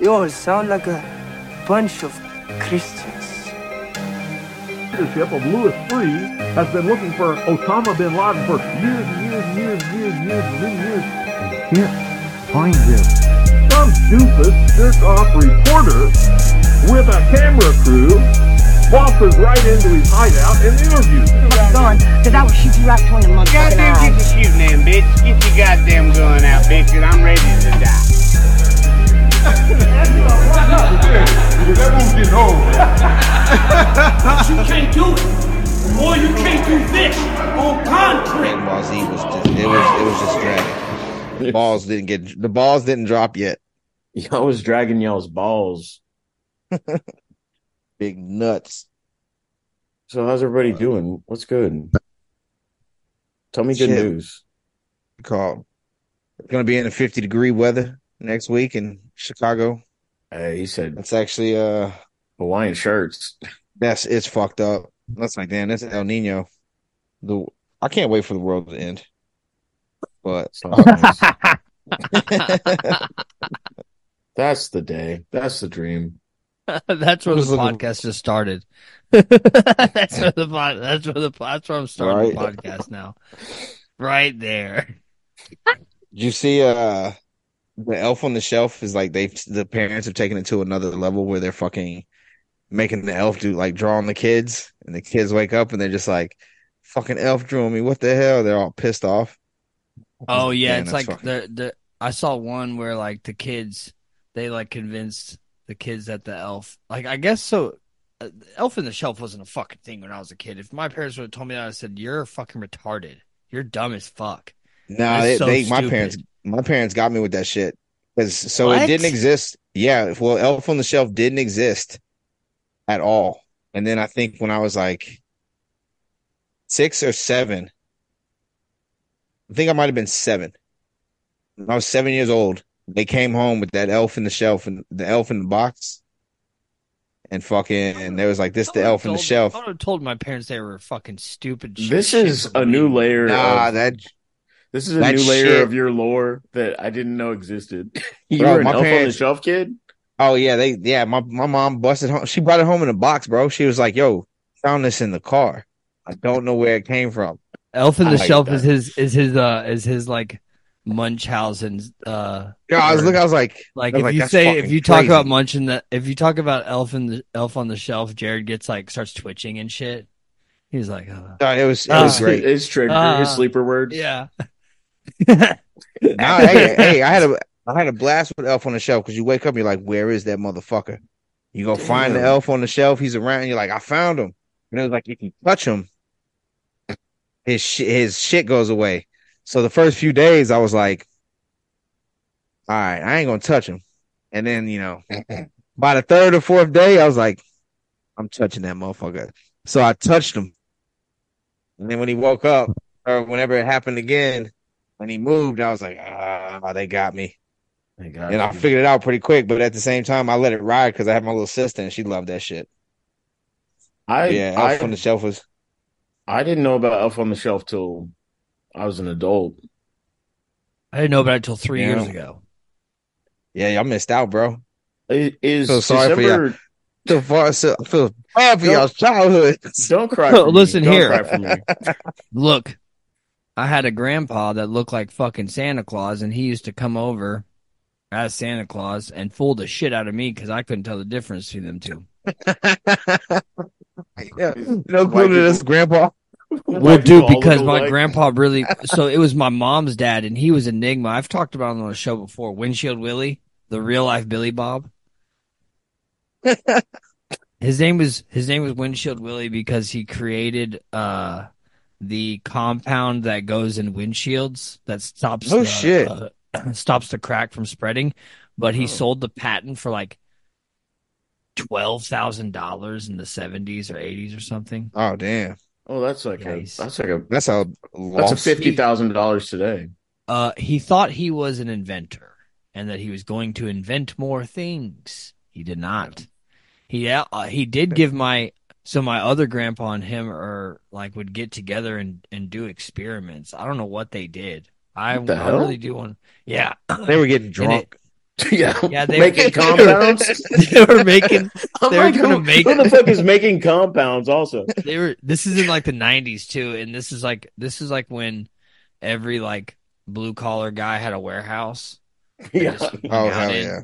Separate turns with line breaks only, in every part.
You all sound like a bunch of Christians.
leadership of Louis Freeh has been looking for Osama bin Laden for years and years and years and years and years and many years. They Can't find him. Some doofus jerk-off reporter with a camera crew waltzes right into his hideout and interviews. him.
gun, because I will shoot you right between the motherfucking
Goddamn, get
eyes.
the shooting in, bitch. Get your goddamn gun out, bitch, and I'm ready to die.
you can't do it. The more you can't do this on concrete.
and Ball Z was just it was it was just dragging. The balls didn't get the balls didn't drop yet.
Y'all was dragging y'all's balls.
Big nuts.
So how's everybody doing? What's good? Tell me good
Shit.
news.
Called. It's gonna be in a fifty degree weather next week in Chicago.
Hey, he said
That's actually uh
Hawaiian shirts.
that's it's fucked up. That's like damn, that's El Nino. The I can't wait for the world to end. But
That's the day. That's the dream.
that's where the
Who's looking-
podcast just started. that's where the pod, that's where the that's where I'm starting
Right.
the podcast now. Right there.
Did you see uh the elf on the shelf is like they've the parents have taken it to another level where they're fucking making the elf do like drawing the kids and the kids wake up and they're just like fucking elf drew me what the hell they're all pissed off
Oh yeah,
Man,
it's
that's
like
fucking-
the the I saw one where like the kids they like convinced the kids that the elf like I guess so. Uh, elf in the shelf wasn't a fucking thing when I was a kid. If my parents would have told me that, I said you're fucking retarded. You're dumb as fuck.
nah they,
That's so
they my
stupid.
parents my parents got me with that shit 'Cause- so it
What?
didn't exist yeah well elf on the shelf didn't exist at all and then i think when i was like six or seven i think i might have been seven when i was seven years old they came home with that elf in the shelf and the elf in the box and fucking and there was like this the elf in the shelf
I would have told my parents they were fucking stupid. shit-
This
shit
is
to
a
believe.
new layer.
nah
of,
that
this is a
that
new layer
shit-
of your lore that I didn't know existed. you
Bro,
were an
my
elf on the
parents-
shelf kid.
Oh yeah, they yeah. My my mom busted home. She brought it home in a box, bro. She was like, "Yo, found this in the car. I don't know where it came from."
Elf in
I
the
like
shelf
that.
is his is his uh is his like Munchausen's uh
Yeah, I was looking. I was like,
Like
I was
if
like,
you
"That's
say if
fucking
you talk
crazy."
about Munch in the if you talk about Elf in the Elf on the Shelf, Jared gets like starts twitching and shit. He's like, uh,
"No, it was it
Ah.
was great."
It's trigger.
Ah.
his sleeper word.
yeah,
Nah, hey, hey, I had a I had a blast with Elf on the Shelf because you wake up, and you're like, "Where is that motherfucker?" You go find the
Damn.
Elf on the Shelf. He's around. And you're like, "I found him." And it was like, if you touch him, his sh- his shit goes away. So the first few days, I was like, "All right, I ain't gonna touch him." And then you know, by the third or fourth day, I was like, "I'm touching that motherfucker." So I touched him, and then when he woke up, or whenever it happened again, when he moved, I was like, "Ah, they got me."
Thank God.
and I figured it out pretty quick. But at the same time, I let it ride because I had my little sister and she loved that shit.
I,
yeah,
I,
Elf on the Shelf was
I didn't know about Elf on the Shelf till I was an adult.
I didn't know about it till three
Yeah.
years ago.
yeah, y'all missed out, bro.
It is
So sorry for
December.
So far, so I feel bad for
Don't-
y'all's childhood.
Don't cry.
Well,
for
listen
me. Don't
here.
Cry for me.
Look, I had a grandpa that looked like fucking Santa Claus, and he used to come over as Santa Claus and fool the shit out of me because I couldn't tell the difference between them two.
Yeah, no clue to this, Grandpa.
Well,
White
dude,
people all
because
look
my
alike.
grandpa really. So it was my mom's dad, and he was Enigma. I've talked about him on the show before. Windshield Willie, the real life Billy Bob. his name was his name was Windshield Willie because he created uh the compound that goes in windshields that stops
Oh,
the,
shit.
uh, stops the crack from spreading. But he sold the patent for like twelve thousand dollars in the seventies or eighties or something.
Oh damn,
Oh, that's like
Nice.
a that's like a
that's a
that's
loss.
a fifty thousand dollars today.
Uh, he thought he was an inventor and that he was going to invent more things. He did not. He uh, he did give my so my other grandpa and him are like would get together and and do experiments. I don't know what they did. I,
What the
I
hell?
really do want. Yeah,
They were getting drunk.
yeah,
Yeah, they-
making compounds.
they were making
I'm
They were gonna
who,
make-
who the fuck is making compounds? Also,
they were this is in like the 90s too and this is like this is like when every like blue collar guy had a warehouse
yeah,
Just-
Oh
Got
hell
it.
yeah!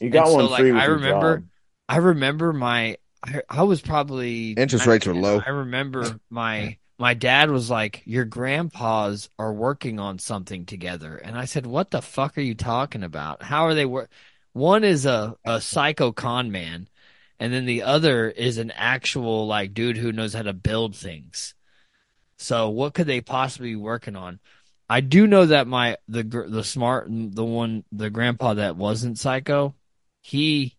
you got
And so,
one
like,
free. With
I
your
remember-
job.
i remember my i, I was probably
Interest
I-
rates were low.
i remember my my dad was like your grandpas are working on something together and i said what the fuck are you talking about how are they work one is a a psycho con man and then the other is an actual like dude who knows how to build things so what could they possibly be working on i do know that my the gr- the smart the one the grandpa that wasn't psycho he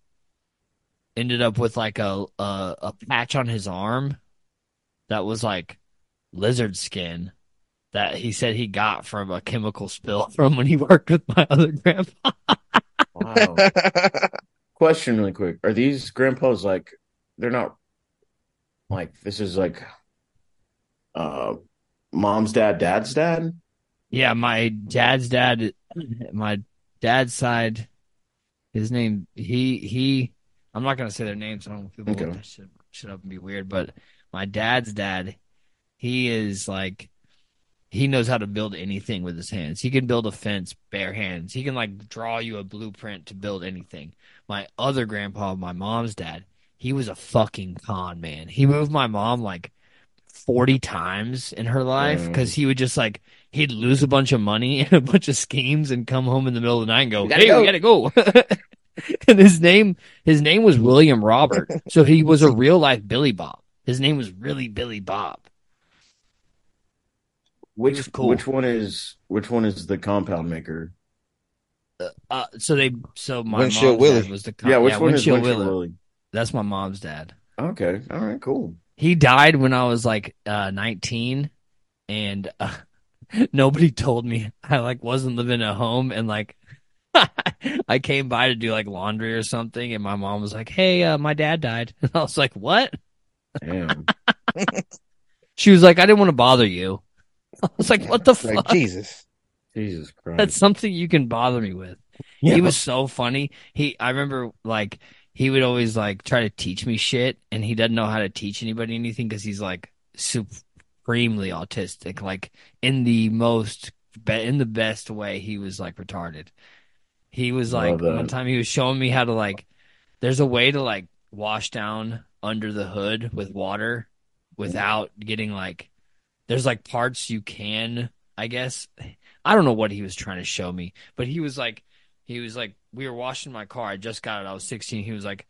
ended up with like a a, a patch on his arm that was like lizard skin that he said he got from a chemical spill from when he worked with my other grandpa
Wow. Question really quick: Are these grandpas like? They're not like this is like, uh, mom's dad, dad's dad.
Yeah, my dad's dad, my dad's side, his name, he, he, I'm not going to say their names. I don't know if people
Okay.
want that shit, shit up and be weird, but my dad's dad, he is like, he knows how to build anything with his hands. He can build a fence bare hands. He can like draw you a blueprint to build anything. My other grandpa, my mom's dad, he was a fucking con man. He moved my mom like 40 times in her life because he would just like, he'd lose a bunch of money and a bunch of schemes and come home in the middle of the night and go,
We gotta
hey, we gotta go. and his name, his name was William Robert. So he was a real life Billy Bob. His name was really Billy Bob. was
Which
cool.
which one is which one is the compound maker?
Uh, so they, so my
Windshield
mom's dad
Willie.
was the con-
Yeah, which one is
Windshield
Winfield
Willie.
Willie?
That's my mom's dad.
Okay, all right, cool.
He died when I was like uh, 19, and uh, nobody told me I like wasn't living at home, and like I came by to do like laundry or something, and my mom was like, "Hey, uh, my dad died," and I was like, "What?"
Damn.
She was like, "I didn't want to bother you." I was like, "What the fuck?"
Like Jesus.
Jesus Christ.
That's something you can bother me with.
Yeah.
He was so funny. He, I remember like he would always like try to teach me shit, and he doesn't know how to teach anybody anything because he's like supremely autistic, like in the most be- in the best way. He was like retarded. He was like
Love that.
one time he was showing me how to like. There's a way to like wash down under the hood with water without getting like. There's like parts you can, I guess. I don't know what he was trying to show me, but he was like, he was like, we were washing my car. I just got it. I was 16. He was like,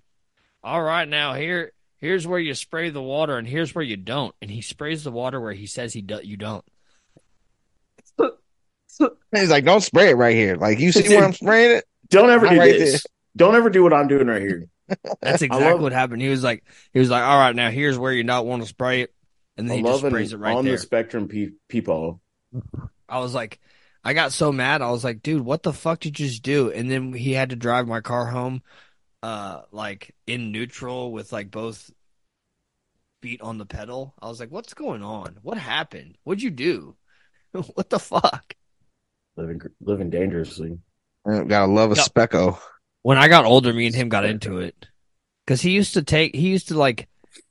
all right, now here, here's where you spray the water, and here's where you don't. And he sprays the water where he says he do- you don't.
He's like, don't spray it right here. Like you see where I'm spraying it?
Don't ever
I
do
like
this.
this.
Don't ever do what I'm doing right here.
That's exactly what happened. He was like, he was like, all right, now here's where you not want to spray it, and then
I
he just
love an
sprays it right
on
there.
the spectrum pe- people.
I was like, I got so mad. I was like, dude, what the fuck did you just do? And then he had to drive my car home, uh, like in neutral with like both feet on the pedal. I was like, what's going on? What happened? What'd you do? what the fuck?
Living living dangerously.
Uh, Gotta love a
No.
specko.
When I got older, me and him got into it because he used to take, he used to like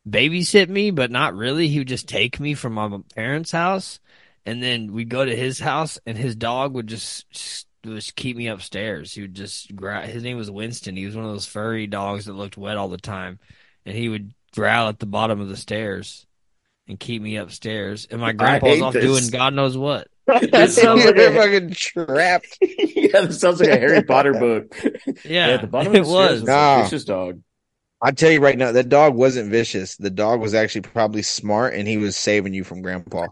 babysit me, but not really. He would just take me from my parents' house, and then we'd go to his house, and his dog would just s- just keep me upstairs. He would just growl. His name was Winston. He was one of those furry dogs that looked wet all the time, and he would growl at the bottom of the stairs and keep me upstairs. And my grandpa was
hate
off
this.
doing God knows what.
that sounds like
You're
a,
fucking trapped.
yeah, that sounds like a Harry Potter book.
Yeah,
at the bottom
it
of the stairs
was.
was a
Nah.
vicious dog.
I tell you right now, that dog wasn't vicious. The dog was actually probably smart, and he was saving you from Grandpa.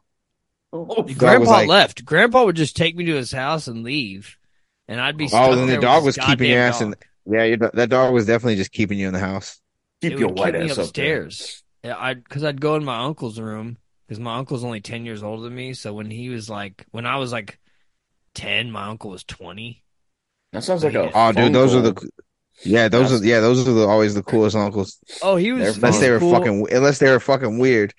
Oh,
was
Grandpa
like-
left. Grandpa would just take me to his house and leave, and I'd be. Stuck
Oh, then the
there with
dog
this
was keeping your
goddamn
ass in.
dog.
Yeah, your, do- that dog was definitely just keeping you in the house.
keep
It
your
would
white
keep me
ass up there.
upstairs. Yeah, I because I'd go in my uncle's room because my uncle's only ten years older than me. So when he was like, when I was like ten, my uncle was twenty.
That sounds like a
Oh,
Oh, dude,
phone
those
call.
are the. Yeah, those
That's-
are yeah, those are the, always the coolest uncles.
Oh, he was.
They're
he
Unless
fun.
was
they were
cool.
fucking, unless they were fucking weird.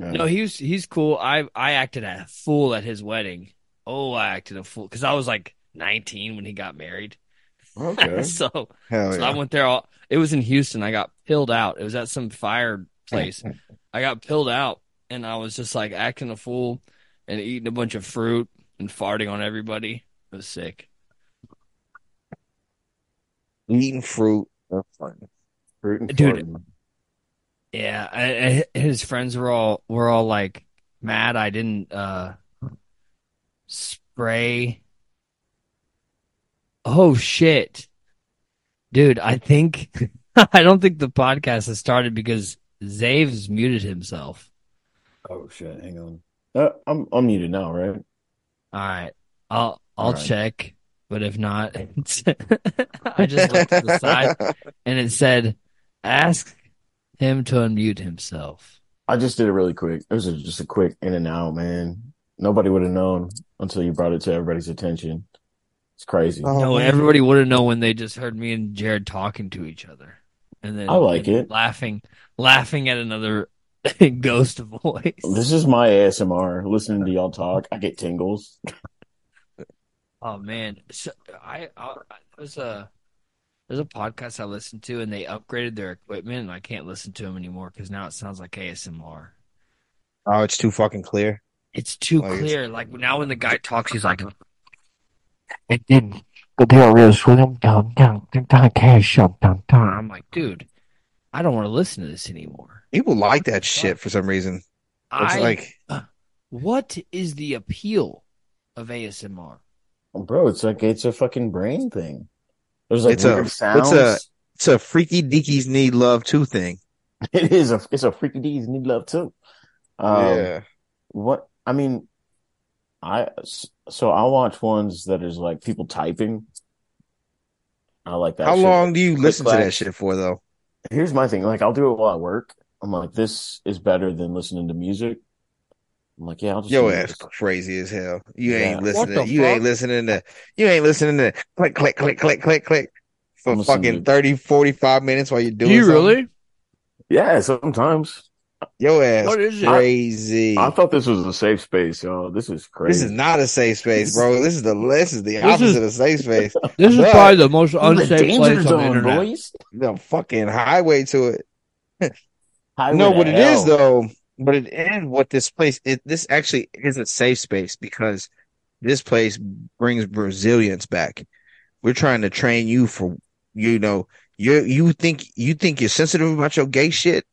No.
No, he was. He's cool. I I acted a fool at his wedding. Oh, I acted a fool because I was like nineteen when he got married.
Okay.
so,
Hell
so
Oh, yeah.
I went there. All, it was in Houston. I got pilled out. It was at some fire place. I got pilled out, and I was just like acting a fool and eating a bunch of fruit and farting on everybody. It was sick.
Eating fruit. That's fun.
Fruit and
Dude.
farting.
Yeah, I, I, his friends were all were all like mad I didn't uh spray. Oh shit. Dude, I think I don't think the podcast has started because Zave's muted himself.
Oh shit! Hang on. Uh, I'm I'm muted now, right?
All right. I'll I'll
All right.
check, but if not I just looked to the side and it said ask him to unmute himself.
I just did it really quick. It was a, just a quick in and out, man. Nobody would have known until you brought it to everybody's attention. It's crazy.
Oh,
No,
man.
everybody would have known when they just heard me and Jared talking to each other, and then
I like
and
it.
laughing, laughing at another ghost voice.
This is my ASMR. Listening to y'all talk, I get tingles.
Oh man, so, I, I there's a there's a podcast I listened to, and they upgraded their equipment, and I can't listen to them anymore because now it sounds like ASMR.
Oh, it's too fucking clear.
It's too
Like it's-
clear. Like now, when the guy talks, he's like,
And then the deal is,
I'm like, dude, I don't want to listen to this anymore.
People like that shit for some reason. It's
I
like
what is the appeal of ASMR?
Bro, it's like it's a fucking brain thing. There's like
It's a-
weird
it's
sounds.
a- it's a freaky deakies need love too thing.
It is a it's a freaky D's need love too. Um, What I mean, I so I watch ones that is like people typing. I like that.
How
shit.
long do you listen to that
class.
shit for though?
Here's my thing. Like I'll do it while I work. I'm like, this is better than listening to music. I'm like, yeah, I'll just
Yo
do
ass
this.
crazy as hell. You
Yeah.
ain't
What
listening.
the
You ain't
fuck?
listening to you ain't listening to click click click click click click for
I'm listening
fucking
to-
30 45 minutes while you're doing something.
Yeah, sometimes.
Yo ass
What is it?
crazy.
I thought this was a safe space, y'all. This is
This
crazy.
is not a safe space, bro. This is the this is the
This
opposite
is-
of safe space.
Uh, This is
But-
probably the most
This is the
unsafe
danger
place on the
zone,
internet.
boys.
the fucking highway to it.
Highway
No,
to
what it is
hell.
though, but it is what this place it this actually is a safe space because this place brings Brazilians back. We're trying to train you for you know, you you think you think you're sensitive about your gay shit?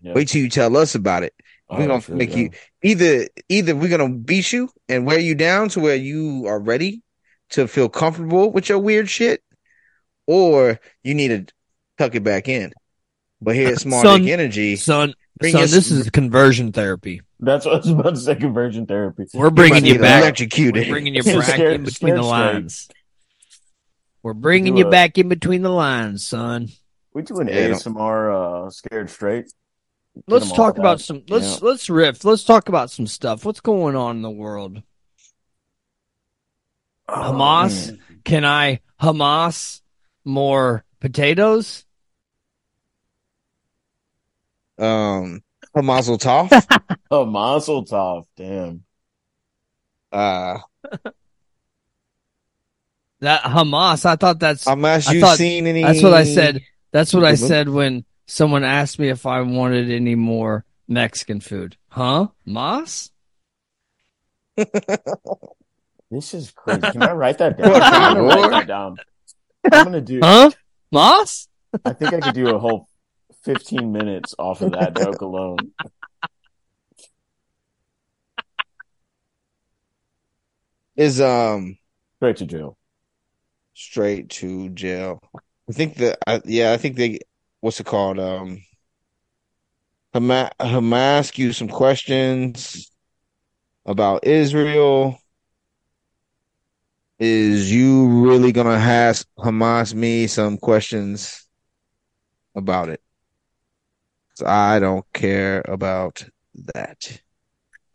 Yeah.
Wait till you tell us about it.
Oh,
we're gonna
shit,
make
yeah.
you either either we're gonna beat you and wear you down to where you are ready to feel comfortable with your weird shit, or you need to tuck it back in. But here's small
Son-
dick energy.
Son,
Bring
son,
us-
this is conversion therapy.
That's what I was about to say. Conversion therapy.
We're
You
bringing
might
you
get
back.
Electrocuted.
We're bringing you
Scared-
back in
scared
between the
straight.
lines. We're bringing
Do
you
a-
back in between the lines, son.
We do an
Yeah, don't-
ASMR uh, scared straight. Get
Let's
them all
talk
out.
about some. Let's let's riff. Let's talk about some stuff. What's going on in the world?
Oh,
Hamas.
man.
Can I Hamas more potatoes?
um a Mazel Tov.
Oh, Mazel Tov. Damn.
uh
That Hamas. I thought that's
unless
I
you
thought-
seen any
That's what I said. That's what I
Mhm.
said when someone asked me if I wanted any more Mexican food. Huh? Mas?
This is crazy. Can I write that down?
What the
I'm gonna write
Lord?
that down. I'm gonna do.
Huh? Mas?
I think I could do a whole 15 minutes off of that joke alone.
is um
Straight to jail.
straight to jail. I think the I, yeah, I think they what's it called? Um Hamas, Hamas asked you some questions about Israel. Is you really gonna ask Hamas me some questions about it? 'Cause I don't care about that.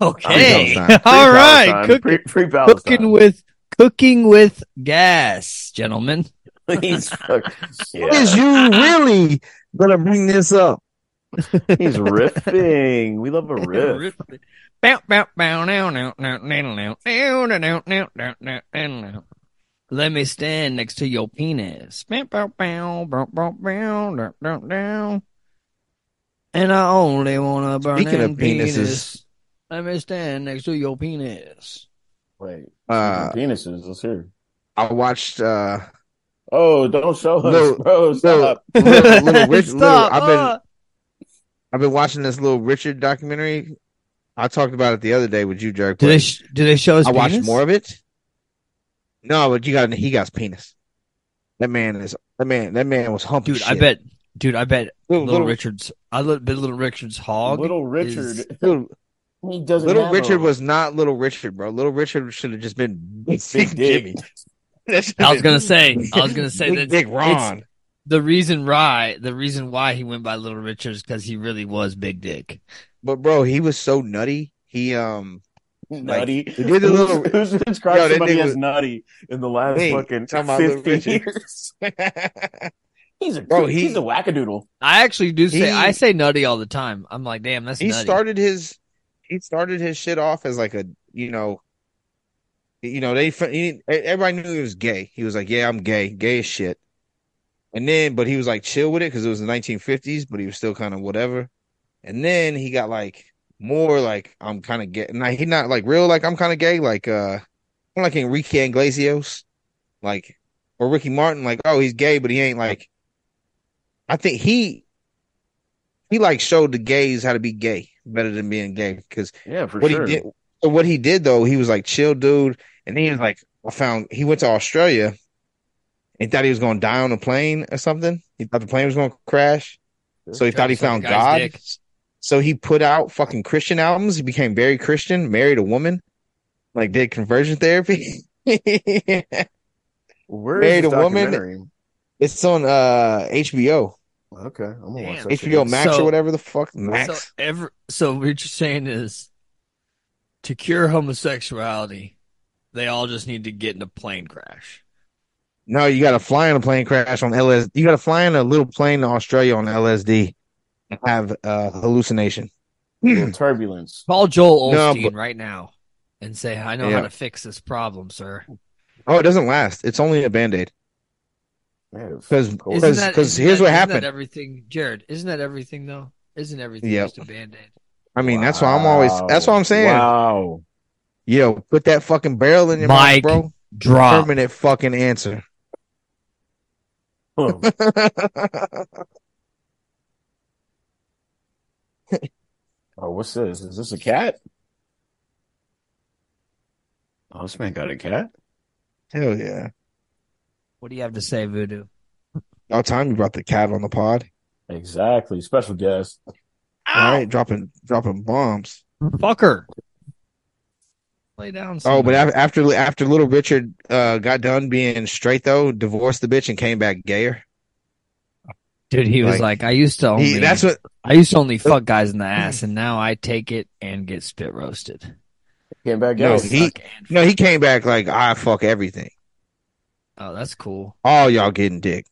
Okay.
Pre-Palestine.
All right.
Pre-Palestine.
Cooking,
Pre- Pre-Palestine.
cooking with cooking with gas, gentlemen.
Please, fuck. Yeah.
Is you really gonna bring this up?
He's riffing. We love a riff.
Bow, bow, bow, now, now, now, now, now, now, now, now, now, now, now, now, now. Let me stand next to your penis. Bow, bow, bow, bow, bow, bow, down, down, down. And I only want to burn
Speaking of
penis.
penises.
Let me stand next to your penis.
Wait,
Uh,
penises. Let's hear.
I watched uh
Oh, don't show us,
No,
bro. Stop.
little, little Rich, little,
Stop.
I've been
Oh.
Ah.
I've been watching this little Richard documentary. I talked about it the other day with you, Jerk.
Do
but
they sh- do they show his
I watched
penis?
more of it. No, but you got he got his penis. That man is that man. That man was humping.
Dude, I
shit.
bet. Dude, I bet
little,
Little, Richard's. I li- bet Little Richard's hog.
Little
is-
Richard.
little,
He doesn't.
little
have
Richard
a
was not little Richard, bro. Little Richard should have just been big
big
Jimmy.
dick.
That should
I was
have
gonna
been
say. I was gonna say
big
that
dick
it's-
Ron.
the reason why the reason why he went by Little Richard is because he really was big dick.
But bro, he was so nutty. He um
Nutty.
he did a little-
Who's who's described
Yo, that
somebody
nigga
as
was-
nutty in the last
Hey,
fucking
talking about Little
fifty
Richard.
years? He's a
Bro, he-
he's a wackadoodle.
I actually do say
He-
I say nutty all the time. I'm like, damn, that's
he
nutty.
started his he started his shit off as like a you know you know they he, everybody knew he was gay he was like yeah i'm gay gay as shit and then but he was like chill with it because it was the 1950s but he was still kind of whatever and then he got like more like i'm kind of gay now he not like real like i'm kind of gay like uh I'm like enrique iglesias like or ricky martin like oh he's gay but he ain't like i think he he like showed the gays how to be gay better than being gay because
Yeah, for
what
sure.
he did so what he did though he was like chill dude and then he was like i found he went to australia and thought he was going to die on a plane or something he thought the plane was going to crash so he
Tried
thought
to
he
suck a
found
guy's
god
dick.
so he put out fucking christian albums he became very christian married a woman like did conversion therapy
Where
married
this
a woman.
documentary?
it's on uh hbo
Okay, I'm gonna watch
Damn.
that. shit.
hbo max
So-
or whatever the fuck max
So every, so what you're saying is to cure homosexuality, they all just need to get in a plane crash.
No, you got to fly in a plane crash on LSD. You got to fly in a little plane to Australia on LSD and have uh, hallucination.
Little turbulence.
Call Joel
No,
Olstein
but-
right now and say, I know
Yeah.
how to fix this problem, sir.
Oh, it doesn't last. It's only a band aid.
Yeah, of
Because
course.
Isn't that-
because
isn't
here's
that-
what
isn't that
happened.
everything, Jared, isn't that everything though? Isn't everything
Yep.
just a band aid?
I mean, that's why I'm always. That's what I'm saying.
Wow.
Yo, put that fucking barrel in your
Mike,
mouth, bro.
Drop.
Permanent fucking answer.
Huh. Oh, what's this? Is this a cat? Oh, this man got a cat.
Hell yeah!
What do you have to say, Voodoo?
All time you brought the cat on the pod.
Exactly. Special guest.
All right, dropping dropping bombs.
Fucker. Lay down.
Oh, but
somewhere.
af- after after little Richard uh, got done being straight though, divorced the bitch and came back gayer.
dude, he was
like-
like, I used to only,
He, that's what
I used to only fuck guys in the ass, and now I take it and get spit roasted.
Came back.
No,
guest.
he-
Fuck and-
No, he came back like I fuck everything.
oh, that's cool.
All y'all getting dick.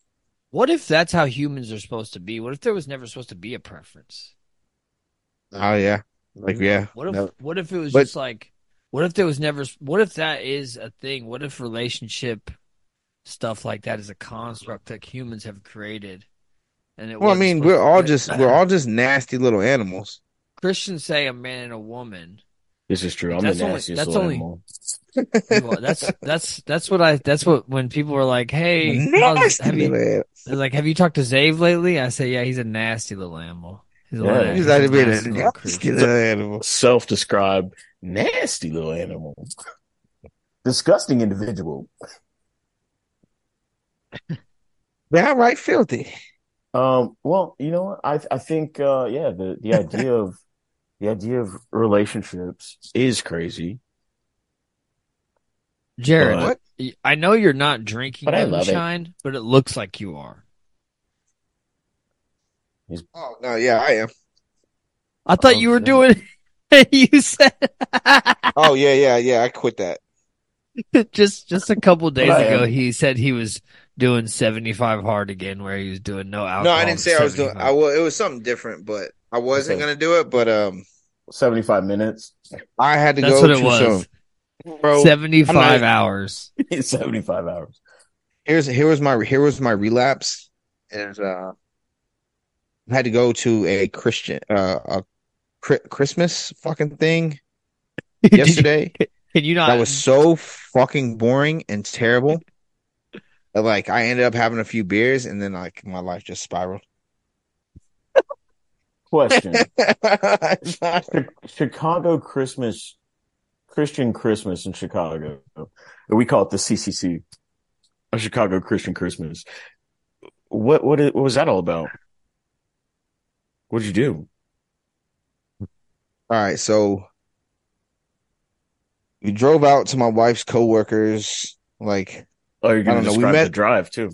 What if that's how humans are supposed to be? What if there was never supposed to be a preference?
Oh yeah, like yeah.
What if
No.
what if it was
But-
just like what if there was never what if that is a thing? What if relationship stuff like that is a construct that humans have created? And it
Well, I
wasn't
mean,
supposed
we're
to
all
be-
just we're all just nasty little animals.
Christians say a man and a woman.
This is true. I'm
That's
the
only-
nastiest
that's
little
only-
animal.
Well, that's that's that's what I that's what when people are like, "Hey, how's,
nasty
have you
little
they're like have you talked to Zave lately?" I say, "Yeah, he's a nasty little animal." He's a
Yeah.
animal.
little-
You
he's a
gotta be a
nasty little
nasty
creature.
little animal.
Self-described nasty little animal. Disgusting individual.
Downright filthy.
Um, well, you know what? I I think uh yeah, the the idea of the idea of relationships is crazy.
Jared,
What?
y- I know you're not drinking
But I love it.
moonshine, but it looks like you are.
Oh no, yeah, I am.
I thought
Oh,
you were doing. you said
Oh yeah, yeah, yeah. I quit that.
just just a couple days
I
ago
am.
he said he was doing seventy five hard again, where he was doing no alcohol.
No, I didn't
to
say I was doing. I
75.
was. It was something different, but I wasn't
Okay.
gonna do it. But um,
75 minutes.
I had to
That's
go
what it
too
was.
soon.
Bro,
75
I'm not-
hours.
75 hours.
here's here was my here was my relapse is uh I had to go to a Christian uh a Chri- Christmas fucking thing
Did you-
yesterday
Can you not?
that was so fucking boring and terrible. that, Like I ended up having a few beers and then like my life just spiraled.
Question
It's not-
Chicago Christmas, Christian Christmas in Chicago. We call it the CCC, a Chicago Christian Christmas. What what i- what was that all about? What'd you do?
All right, so we drove out to my wife's coworkers. Like
Oh, you're
I
gonna
don't know, we
describe
met-
the drive too.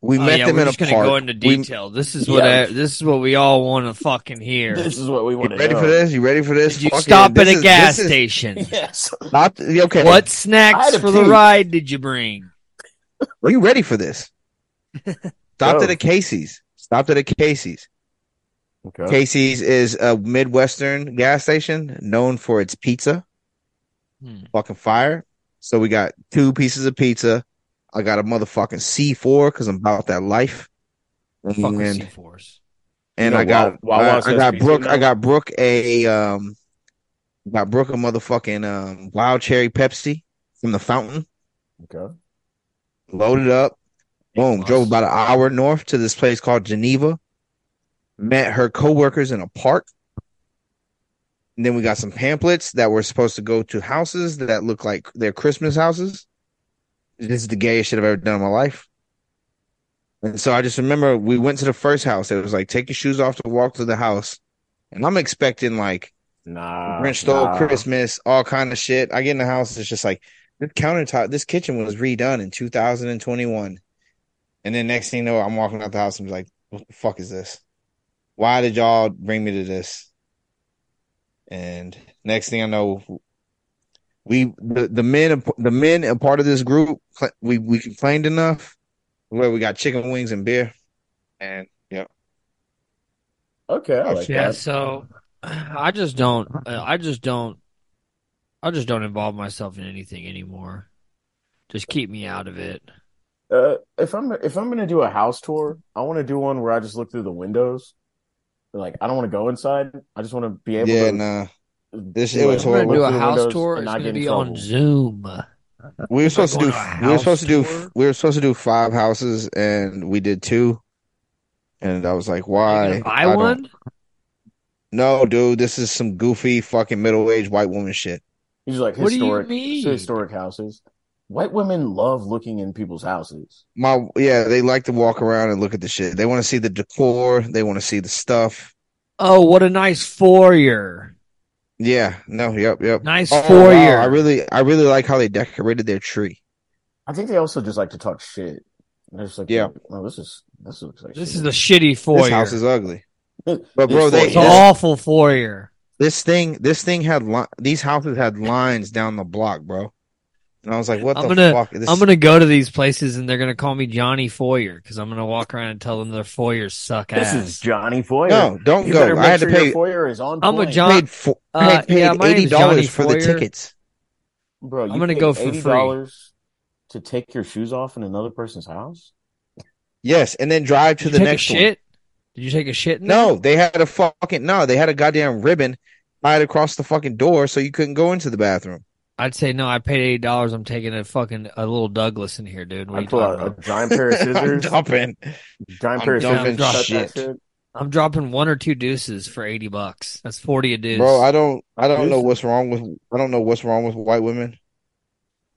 we
Oh,
met
yeah,
them
we're
in a
just gonna go
park.
into
We-
detail. This is what
Yeah.
I- this is what we all want to fucking hear.
This is what we
you
want.
ready for this? You ready for this?
Did you
Fucking-
stop at
this
a
is-
gas
this is
station?
Yes.
Not okay.
What
I had
snacks
to
for the
pee.
ride did you bring?
Are you ready for this? Stopped at
Go.
a Casey's. Stopped at a Casey's.
Okay.
Casey's is a Midwestern gas station known for its pizza.
Hmm.
Fucking fire. So we got two pieces of pizza. I got a motherfucking C4 because I'm about that life.
Fuck with
And,
C4s.
and
You know,
I got
Wa- Wawa's
I, I
has
got
pizza
Brooke
now.
I got Brooke a um got Brooke a motherfucking um wild cherry Pepsi from the fountain.
Okay.
loaded up, boom, drove about an hour north to this place called Geneva, met her coworkers in a park. And then we got some pamphlets that were supposed to go to houses that look like their Christmas houses. This is the gayest shit I've ever done in my life. And so I just remember we went to the first house. It was like, take your shoes off to walk to the house. And I'm expecting like
Nah.
Grinch stole
Uh, nah.
Christmas, all kind of shit. I get in the house, it's just like this countertop, this kitchen was redone in 2021. And then next thing you know, I'm walking out the house and be like, what the fuck is this? Why did y'all bring me to this? And next thing I know, we the, the men the men a part of this group cl- we we complained enough where we got chicken wings and beer, and yeah,
Okay. I
Oh,
like
Yeah,
that.
so I just don't. uh, I just don't. I just don't involve myself in anything anymore. Just keep me out of it.
Uh, if I'm if I'm gonna do a house tour, I want to do one where I just look through the windows. Like I don't want to go inside. I just want to be able
yeah,
to.
nah. This
do
it
it.
was
If we're
horrible.
gonna do
Look
a
through
house
windows
tour.
and
It's
not
gonna
get in
be on
trouble.
Zoom.
We were supposed to
going
do
to a
we were
house
supposed to do
tour?
we were supposed to do five houses and we did two. And I was like,
Are you
why?
gonna buy
I don't-
one?
No, dude, this is some goofy fucking middle-aged white woman shit.
These are like
What do you
historic,
mean?
historic houses. White women love looking in people's houses.
My yeah, they like to walk around and look at the shit. They want to see the decor, they want to see the stuff.
Oh, what a nice foyer.
Yeah, no, yep, yep.
Nice
Oh, wow,
foyer.
I really I really like how they decorated their tree.
I think they also just like to talk shit. And They're just like,
Yeah.
"Oh, this is this looks like
This
shit."
is a shitty foyer.
This house is ugly.
This
But bro, they
It's an awful foyer.
this thing this thing had li- these houses had lines down the block, bro. And I was like, what
I'm
the
gonna-
fuck? This
I'm gonna go to these places and they're gonna call me Johnny Foyer because I'm gonna walk around and tell them their foyers suck
this
ass.
is Johnny Foyer.
No, don't
you
go.
better make
I had to
sure
pay
your foyer is on.
I'm a
point.
I
John-
paid fo-
Uh,
paid, paid
yeah, my name
eighty
is Johnny
dollars for the
Foyer.
tickets.
bro. You
I'm gonna
paid
go for free.
eighty dollars to take your shoes off in another person's house.
Yes, and then drive to
Did
the
you take a
next one.
shit? Did you take a shit? In
No, they had a fucking no. They had a goddamn ribbon tied across the fucking door, so you couldn't go into the bathroom.
I'd say no. I paid eighty dollars. I'm taking a fucking a little Douglas in here, dude. What are
I
you
pull
talking
out
about?
a giant pair of
I'm
scissors.
dumping.
giant
I'm
pair of
dumping
scissors. cut that
shit.
I'm dropping one or two deuces for eighty bucks. That's forty a deuce.
Bro, I don't I don't know
This-
what's wrong with I don't know what's wrong with white women,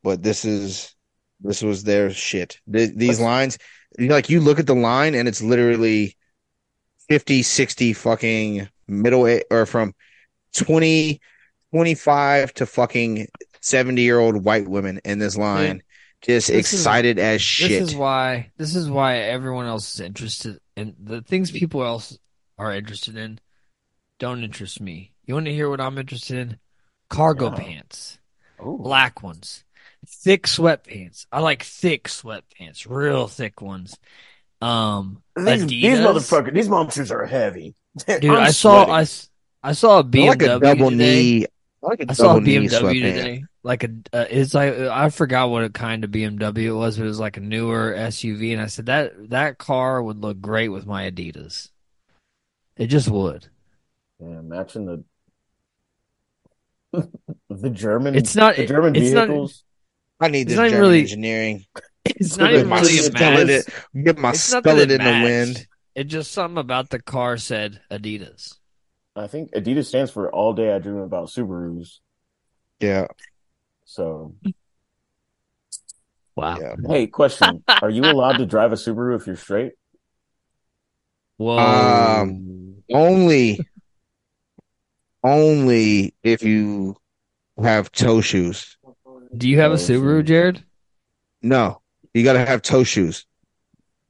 but this is this was their shit. Th- these
Let's-
lines, like you look at the line and it's literally 50, 60 fucking middle a- or from 20 25 to fucking 70 year old white women in this line just
this is-
excited as shit.
This is why this is why everyone else is interested and the things people else are interested in don't interest me. You want to hear what I'm interested in? Cargo
Yeah.
pants,
Ooh.
black ones, thick sweatpants. I like thick sweatpants, real thick ones. Um,
These, these
Adidas.
motherfuckers, these monsters are heavy.
Dude,
I'm
I saw
sweating.
I, s- I saw a
They're
BMW
like a double
today.
knee like a
I saw a
double knee
BMW
sweatpant.
today. Like a, uh, it's like I forgot what a kind of BMW it was, but it was like a newer SUV, and I said that that car would look great with my Adidas. It just would.
Yeah, matching the the German.
It's not-
the German
it's not-
vehicles.
I need
It's
this
not even
German
really-
engineering.
It's not
Get
even
my
really a
skeleton-
match.
Get my
It's not that
skeleton
it
in the
matched.
wind.
It just something about the car said Adidas.
I think Adidas stands for All Day I Dream About Subarus.
Yeah.
So,
Wow.
Yeah.
hey, question: Are you allowed to drive a Subaru if you're straight?
Whoa.
Um, Only, only if you have toe shoes.
Do you have a
Oh,
Subaru,
shoot.
Jared?
No, you gotta have toe shoes.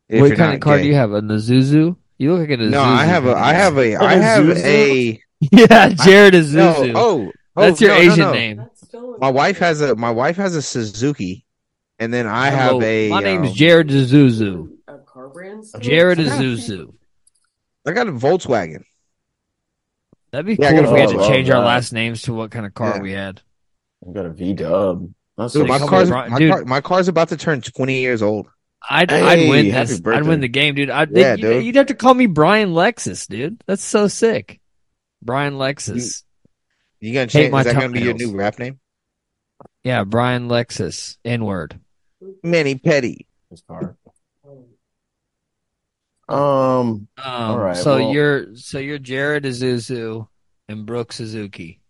if
what
you're
kind
not
of car
gay.
do you have? A Zuzu? You look like an Isuzu.
No, I have a, I have a,
Oh,
I
An
have
Isuzu?
a.
yeah, Jared Isuzu.
No, oh, oh,
That's your
no, no,
Asian
no.
name.
My wife has a, my wife has a Suzuki, and then I have
Hello,
a.
My name's
um,
Jared Isuzu. Jared
Yeah.
Isuzu.
I got a Volkswagen.
That'd be
Yeah, I
cool
gotta
if we had
follow
to
up
change
on
our
that.
last names to what kind of car
Yeah.
we had.
You got a V Dub. That's
Dude,
like
my
come
car's,
on, Brian.
my,
Dude.
Car, my car's about to turn twenty years old.
I'd I'd
Hey,
win
happy
this. I'd
birthday.
win the game, dude. I'd,
Yeah,
you'd,
dude.
you'd have to call me Brian Lexus, dude. That's so sick. Brian Lexus.
You gonna
Hate
change?
my
Is that gonna be your
toenails.
new rap name?
Yeah, Brian Lexus. N-word.
Manny Petty.
this car. Um,
Um,
right,
so
well-
you're so you're Jared Isuzu and Brooke Suzuki.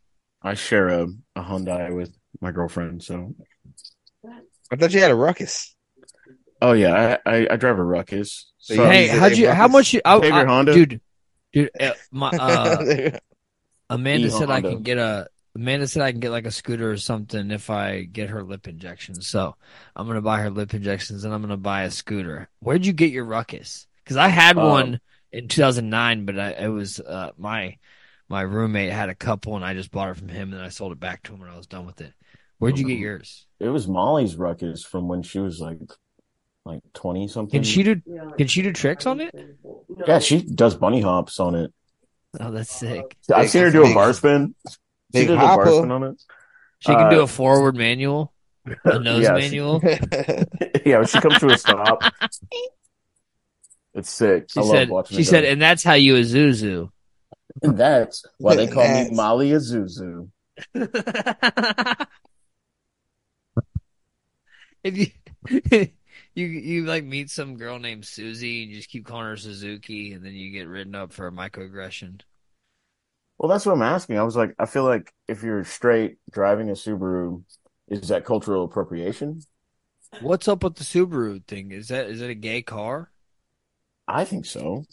I share a, a Hyundai with my girlfriend. So,
I thought you had a ruckus.
oh yeah, I I, I drive a Ruckus.
So
So,
you-
hey,
he's a
how'd you? How
Ruckus.
much? You, I,
Favorite
I-
Honda?
dude. Dude, uh, my uh, Amanda
E
said I
Honda.
can get a Amanda said I can get like a scooter or something if I get her lip injections. So I'm gonna buy her lip injections and I'm gonna buy a scooter. Where'd you get your ruckus? Because I had
Um,
one in 2009, but I, it was uh, my my roommate had a couple and I just bought it from him and I sold it back to him when I was done with it. Where'd you get
Mhm.
yours?
it was Molly's Ruckus from when she was like like twenty something.
Can she do Can she do tricks on it?
Yeah, she does bunny hops on it.
Oh, that's
Uh,
sick.
I've
Big-
seen her do a
big-
bar spin. She
big
did a
hopper.
bar spin on it.
She can do
Uh,
a forward manual, a nose
yeah, she-
manual.
yeah, when she comes to a stop. It's sick.
She
I love
said,
watching
"She
it
said,
go.
and that's how you a Zuzu."
and that's why they call me
That's-
Molly Azuzu.
if you you you like meet some girl named Susie and you just keep calling her Suzuki and then you get written up for a microaggression.
Well, that's what I'm asking. I was like, I feel like if you're straight driving a Subaru, is that cultural appropriation?
What's up with the Subaru thing? Is that is it a gay car?
I think so.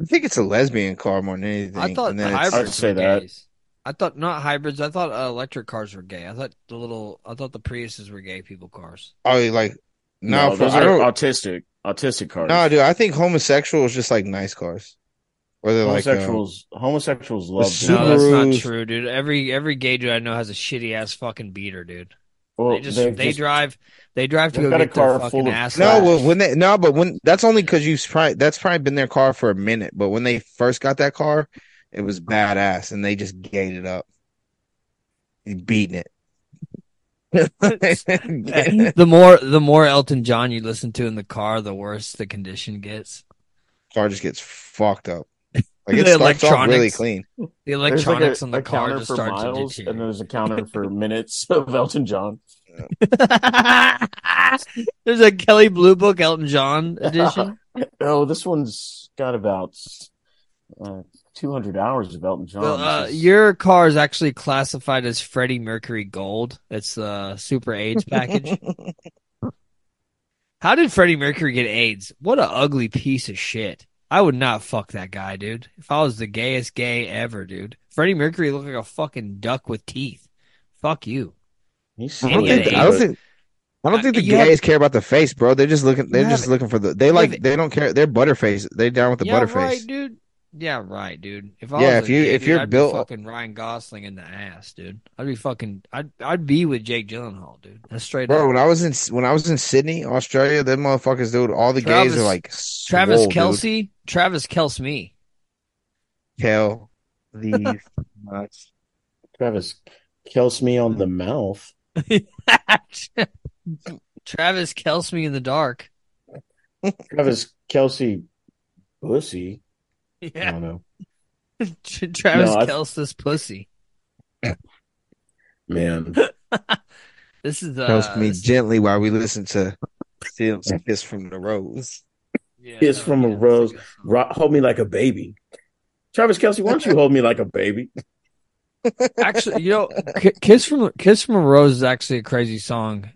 I think it's a lesbian car more than anything.
I thought
And then it's-
hybrids
I'd say
were
that.
gays. I thought not hybrids. I thought uh, electric cars were gay. I thought the little I thought the Priuses were gay people cars.
Oh, you're like no, for,
those
I
are
don't-
autistic, autistic cars.
no, dude. I think homosexual is just like nice cars, or they're like um,
homosexuals, homosexuals love
Subaru-
them.
No, that's not
Subarus.
true, dude. Every every gay dude I know has a shitty ass fucking beater, dude.
Well,
they just they,
they've just-
drive they drive to
They've
go
got a
get their
car full
fucking
of
ass.
No,
Flash.
well, when they no, but when that's only because you probably that's probably been their car for a minute. But when they first got that car, it was badass, and they just gate it up, beating it.
the more the more Elton John you listen to in the car, the worse the condition gets.
car just gets fucked up. Like it
The
starts off really
electronics.
clean.
The
there's like
electronics
a-
on the
a
car
counter
just
for
start to
miles, and
deteriorate.
there's a counter for minutes of Elton John.
There's a Kelly Blue Book Elton John edition.
Oh, this one's got about uh, 200 hours of Elton John.
Well, uh,
This is-
your car is actually classified as Freddie Mercury Gold. It's the super AIDS package. How did Freddie Mercury get AIDS? What a ugly piece of shit. I would not fuck that guy, dude. If I was the gayest gay ever, dude. Freddie Mercury looked like a fucking duck with teeth. Fuck you.
he's
I don't
Anyway,
think. I don't
but-
think. I don't
I-
think the
Uh, you have-
gays care about the face, bro. They're just looking. They're
You
just
have-
looking for the. They
you
like.
have-
They don't care. They're butterface. They're down with the
yeah,
butterface.
right, dude. Yeah, right, dude. If I
Yeah, if
was a
you-
gay
if
dude,
you're
I'd
built-
be fucking Ryan Gosling in the ass, dude. I'd be fucking. I'd I'd be with Jake Gyllenhaal, dude. That's straight
Bro,
up.
when I was in when I was in Sydney, Australia, them motherfuckers, dude, all the
Travis-
gays are like
Travis
swole, dude.
Kelsey. Travis Kelsey me.
Kel, these nuts.
Travis kills me on the mouth.
Travis kills me in the dark.
Travis Kelsey pussy. I
Yeah.
don't know.
Travis
No, I-
kills this pussy.
Man.
This is uh,
Toast me
this-
gently while we listen to Steals Kiss from the Rose.
yeah,
Kiss from a
that's
rose.
good song.
Ro- hold me like a baby. Travis Kelsey, why don't you hold me like a baby?
actually, you know, K- "Kiss from Kiss from a Rose" is actually a crazy song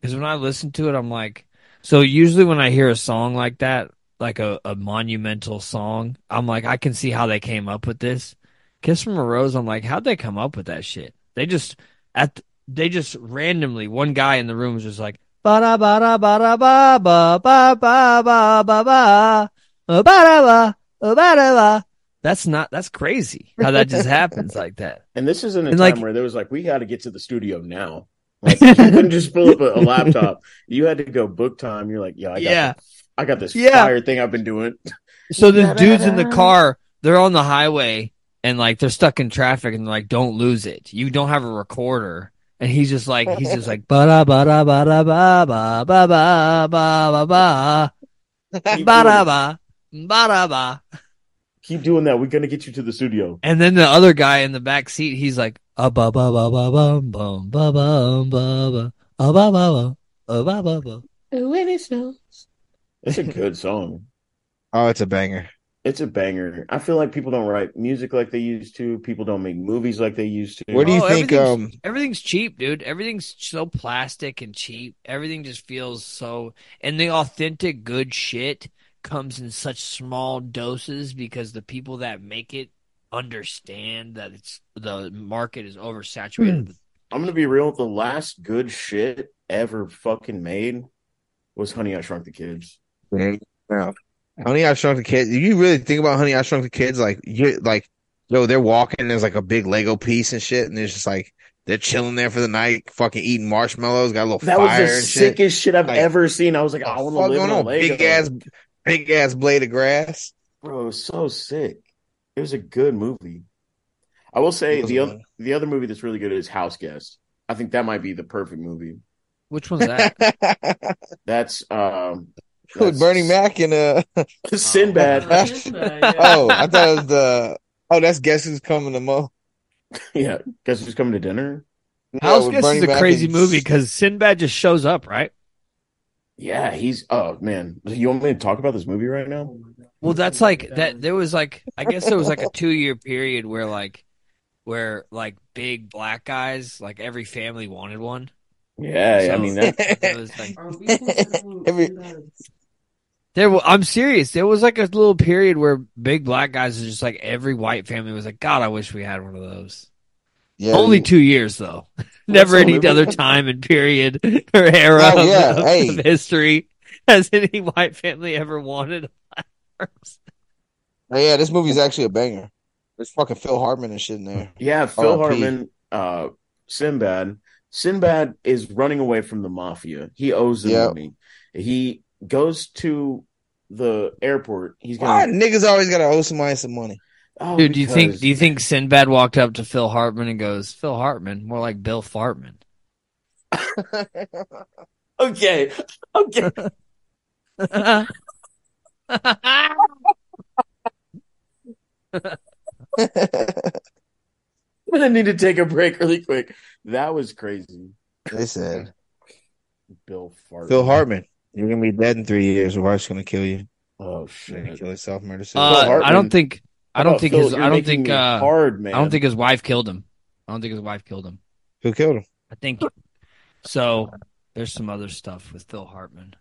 because when I listen to it, I'm like, so usually when I hear a song like that, like a, a monumental song, I'm like, I can see how they came up with this. "Kiss from a Rose," I'm like, how'd they come up with that shit? They just at th- they just randomly one guy in the room was just like, ba da ba da ba da ba ba ba ba ba ba ba ba da ba ba da ba. That's not that's crazy how that just happens like that.
And this isn't a
And,
time
like-
where there was like, we had to get to the studio now. Like, you couldn't just pull up a, a laptop. You had to go book time. You're like, yeah, I got,
Yeah.
this- I got this
Yeah.
fire thing I've been doing.
So the dudes in the car, they're on the highway and like they're stuck in traffic and they're like, don't lose it. You don't have a recorder. And he's just like, he's just like, ba da ba da ba da ba ba ba ba ba ba ba
Keep
ba
doing,
da ba ba da ba.
keep doing that. We're going to get you to the studio.
And then the other guy in the back seat, he's like, ah ba ba ba ba bum bum ba bum ba ba ah ba ba ba ah ba ba ba.
It's a good song.
Oh, it's a banger.
It's a banger. I feel like people don't write music like they used to. People don't make movies like they used to.
What do you
Oh,
think?
everything's-
Um,
everything's cheap, dude. Everything's so plastic and cheap. Everything just feels so. And the authentic good shit comes in such small doses because the people that make it understand that it's the market is oversaturated. with
I'm gonna be real. The last good shit ever fucking made was Honey I Shrunk the Kids.
now, Honey, I Shrunk the Kids. You really think about Honey, I Shrunk the Kids? Like you, like yo, they're walking. And there's like a big Lego piece and shit, and it's just like they're chilling there for the night, fucking eating marshmallows. Got a little
That
fire
was the
and shit.
sickest shit, I've
Like,
ever seen. I was like, I want to
Fuck
live
going
in a
on?
Lego.
Big ass, big ass blade of grass.
Bro, it was so sick. It was a good movie. I will say
It was
the
a
other the other movie that's really good is House Guest. I think that might be the perfect movie.
Which one's that?
That's um
With Bernie Mac and uh.
Sinbad.
oh, I thought it was the. Oh, that's guess who's coming to Mo.
yeah, guess who's coming to dinner?
House
with
Guest
Bernie
is a
Mac
crazy
and-
movie because Sinbad just shows up, right?
Yeah, he's oh man. You want me to talk about this movie right now? Mm-hmm.
Well, that's like that. There was like, I guess there was like a two year period where like, where like big black guys, like every family wanted one.
Yeah, I
So-
mean that
It was like
Every-
There, wa- I'm serious. There was like a little period where big black guys are just like every white family was like, God, I wish we had one of those.
yeah,
Only two years though, never
that
any
movie?
other time and period or era
Oh, yeah,
of, of
hey.
history has any white family ever wanted. a black person.
yeah, this movie's actually a banger. There's fucking Phil Hartman and shit in there.
Yeah, Phil
R.I.P..
Harmon, uh, Sinbad. Sinbad is running away from the mafia. He owes them
Yeah.
money. He goes to the airport. He's
Why
going.
niggas always gotta owe somebody some money?
Oh,
Dude, do you think
because-
do you think Sinbad walked up to Phil Hartman and goes, Phil Hartman, more like Bill Fartman?
okay, okay. I'm gonna need to take a break really quick. That was crazy.
they said
Bill Fart.
Phil Hartman, you're gonna be dead in three years. Your wife's gonna kill you.
Oh
She's gonna
shit.
kill herself, murder
Uh,
suicide.
Hartman.
I don't think. I
Oh,
don't think
Phil,
his.
you're
I don't
making
think.
me
Uh,
hard man.
I don't think his wife killed him. I don't think his wife killed him.
Who killed him?
I think. So there's some other stuff with Phil Hartman.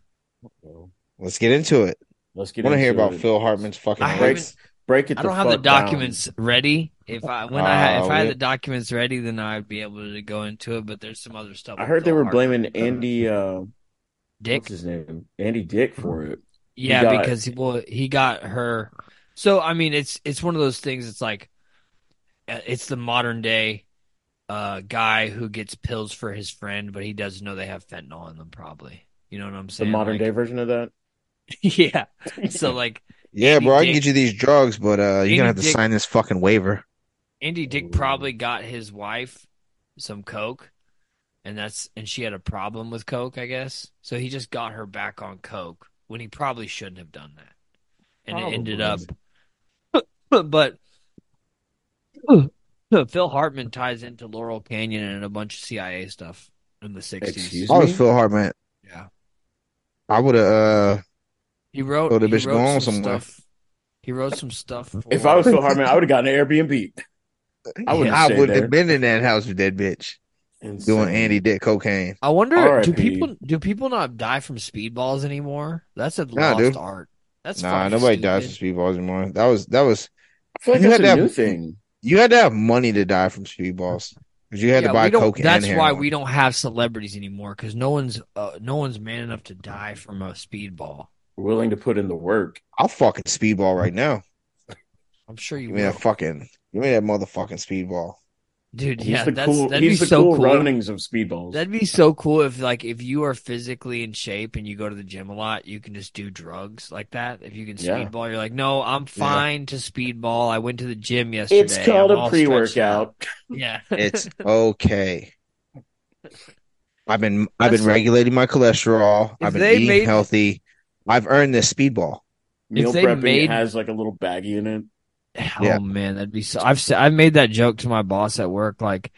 Let's get into it.
Let's
I
get.
want to hear
into
about
it.
Phil Hartman's fucking
I
race.
haven't-
Break it.
I
the
don't have the
fuck down.
documents ready. If I when I had- if
Ah,
I had
we-
the documents ready, then I'd be able to go into it. But there's some other stuff.
I
with
heard they
Phil
were
Hartman.
blaming Andy. Uh,
Dick.
What's his name? Andy Dick for it.
Yeah,
got-
because he, well, he got her. So I mean, it's it's one of those things. It's like uh, it's the modern day uh, guy who gets pills for his friend, but he doesn't know they have fentanyl in them. Probably, you know what I'm
The
saying?
modern day
Like-
version of that.
yeah. So like
Yeah,
Andy
bro, I can
Dick-
get you these drugs, but uh, you're
Andy
gonna have to
Dick-
Oh,
sign this fucking waiver.
Andy Dick probably got his wife some coke, and that's and she had a problem with coke, I guess. So he just got her back on coke when he probably shouldn't have done that, and it ended up. But, but Phil Hartman ties into Laurel Canyon and a bunch of CIA stuff in the sixties.
Excuse
I was
me?
Phil Hartman.
Yeah.
I would have. Uh,
He wrote.
Oh, the
he
bitch
wrote
gone
some
somewhere.
stuff. He wrote some stuff.
If
for-
I was Phil Hartman, I would have gotten an Airbnb. I wouldn't
I
stay
would
there.
have been in that house with that bitch doing
Insane.
Andy Dick cocaine.
I wonder do
R.I.P..
people do people not die from speedballs anymore? That's a
Nah,
lost
dude.
art. That's
nah,
fucking
nobody
stupid.
dies from speedballs anymore. That was that was
I feel like
You
that's
had
a
to
new
have-
thing.
you had to have money to die from speedballs because you had
Yeah,
to buy
we don't-
coke.
That's
and
why
heroin.
we don't have celebrities anymore because no one's uh, no one's man enough to die from a speedball.
Willing to put in the work.
I'll fucking speedball right now.
I'm sure you
Give me
will,
that fucking. Give me that motherfucking speedball.
dude.
He's
yeah,
the
that's
cool.
that'd
he's
be
the
so
cool,
cool.
runnings of speedballs.
That'd be so cool if like if you are physically in shape and you go to the gym a lot, you can just do drugs like that. If you can
Yeah.
speedball, you're like, no, I'm fine to speedball. I went to the gym yesterday.
it's called
I'm
a
all stretched out."
pre-workout.
Yeah.
It's okay. I've been I've
That's-
been regulating my cholesterol.
If
I've been
they
eating
made-
healthy. I've earned this speedball.
Meal
If they
prepping
made-
has like a little bag unit.
Yeah.
Oh man, that'd be so. I've sa- I've made that joke to my boss at work. Like,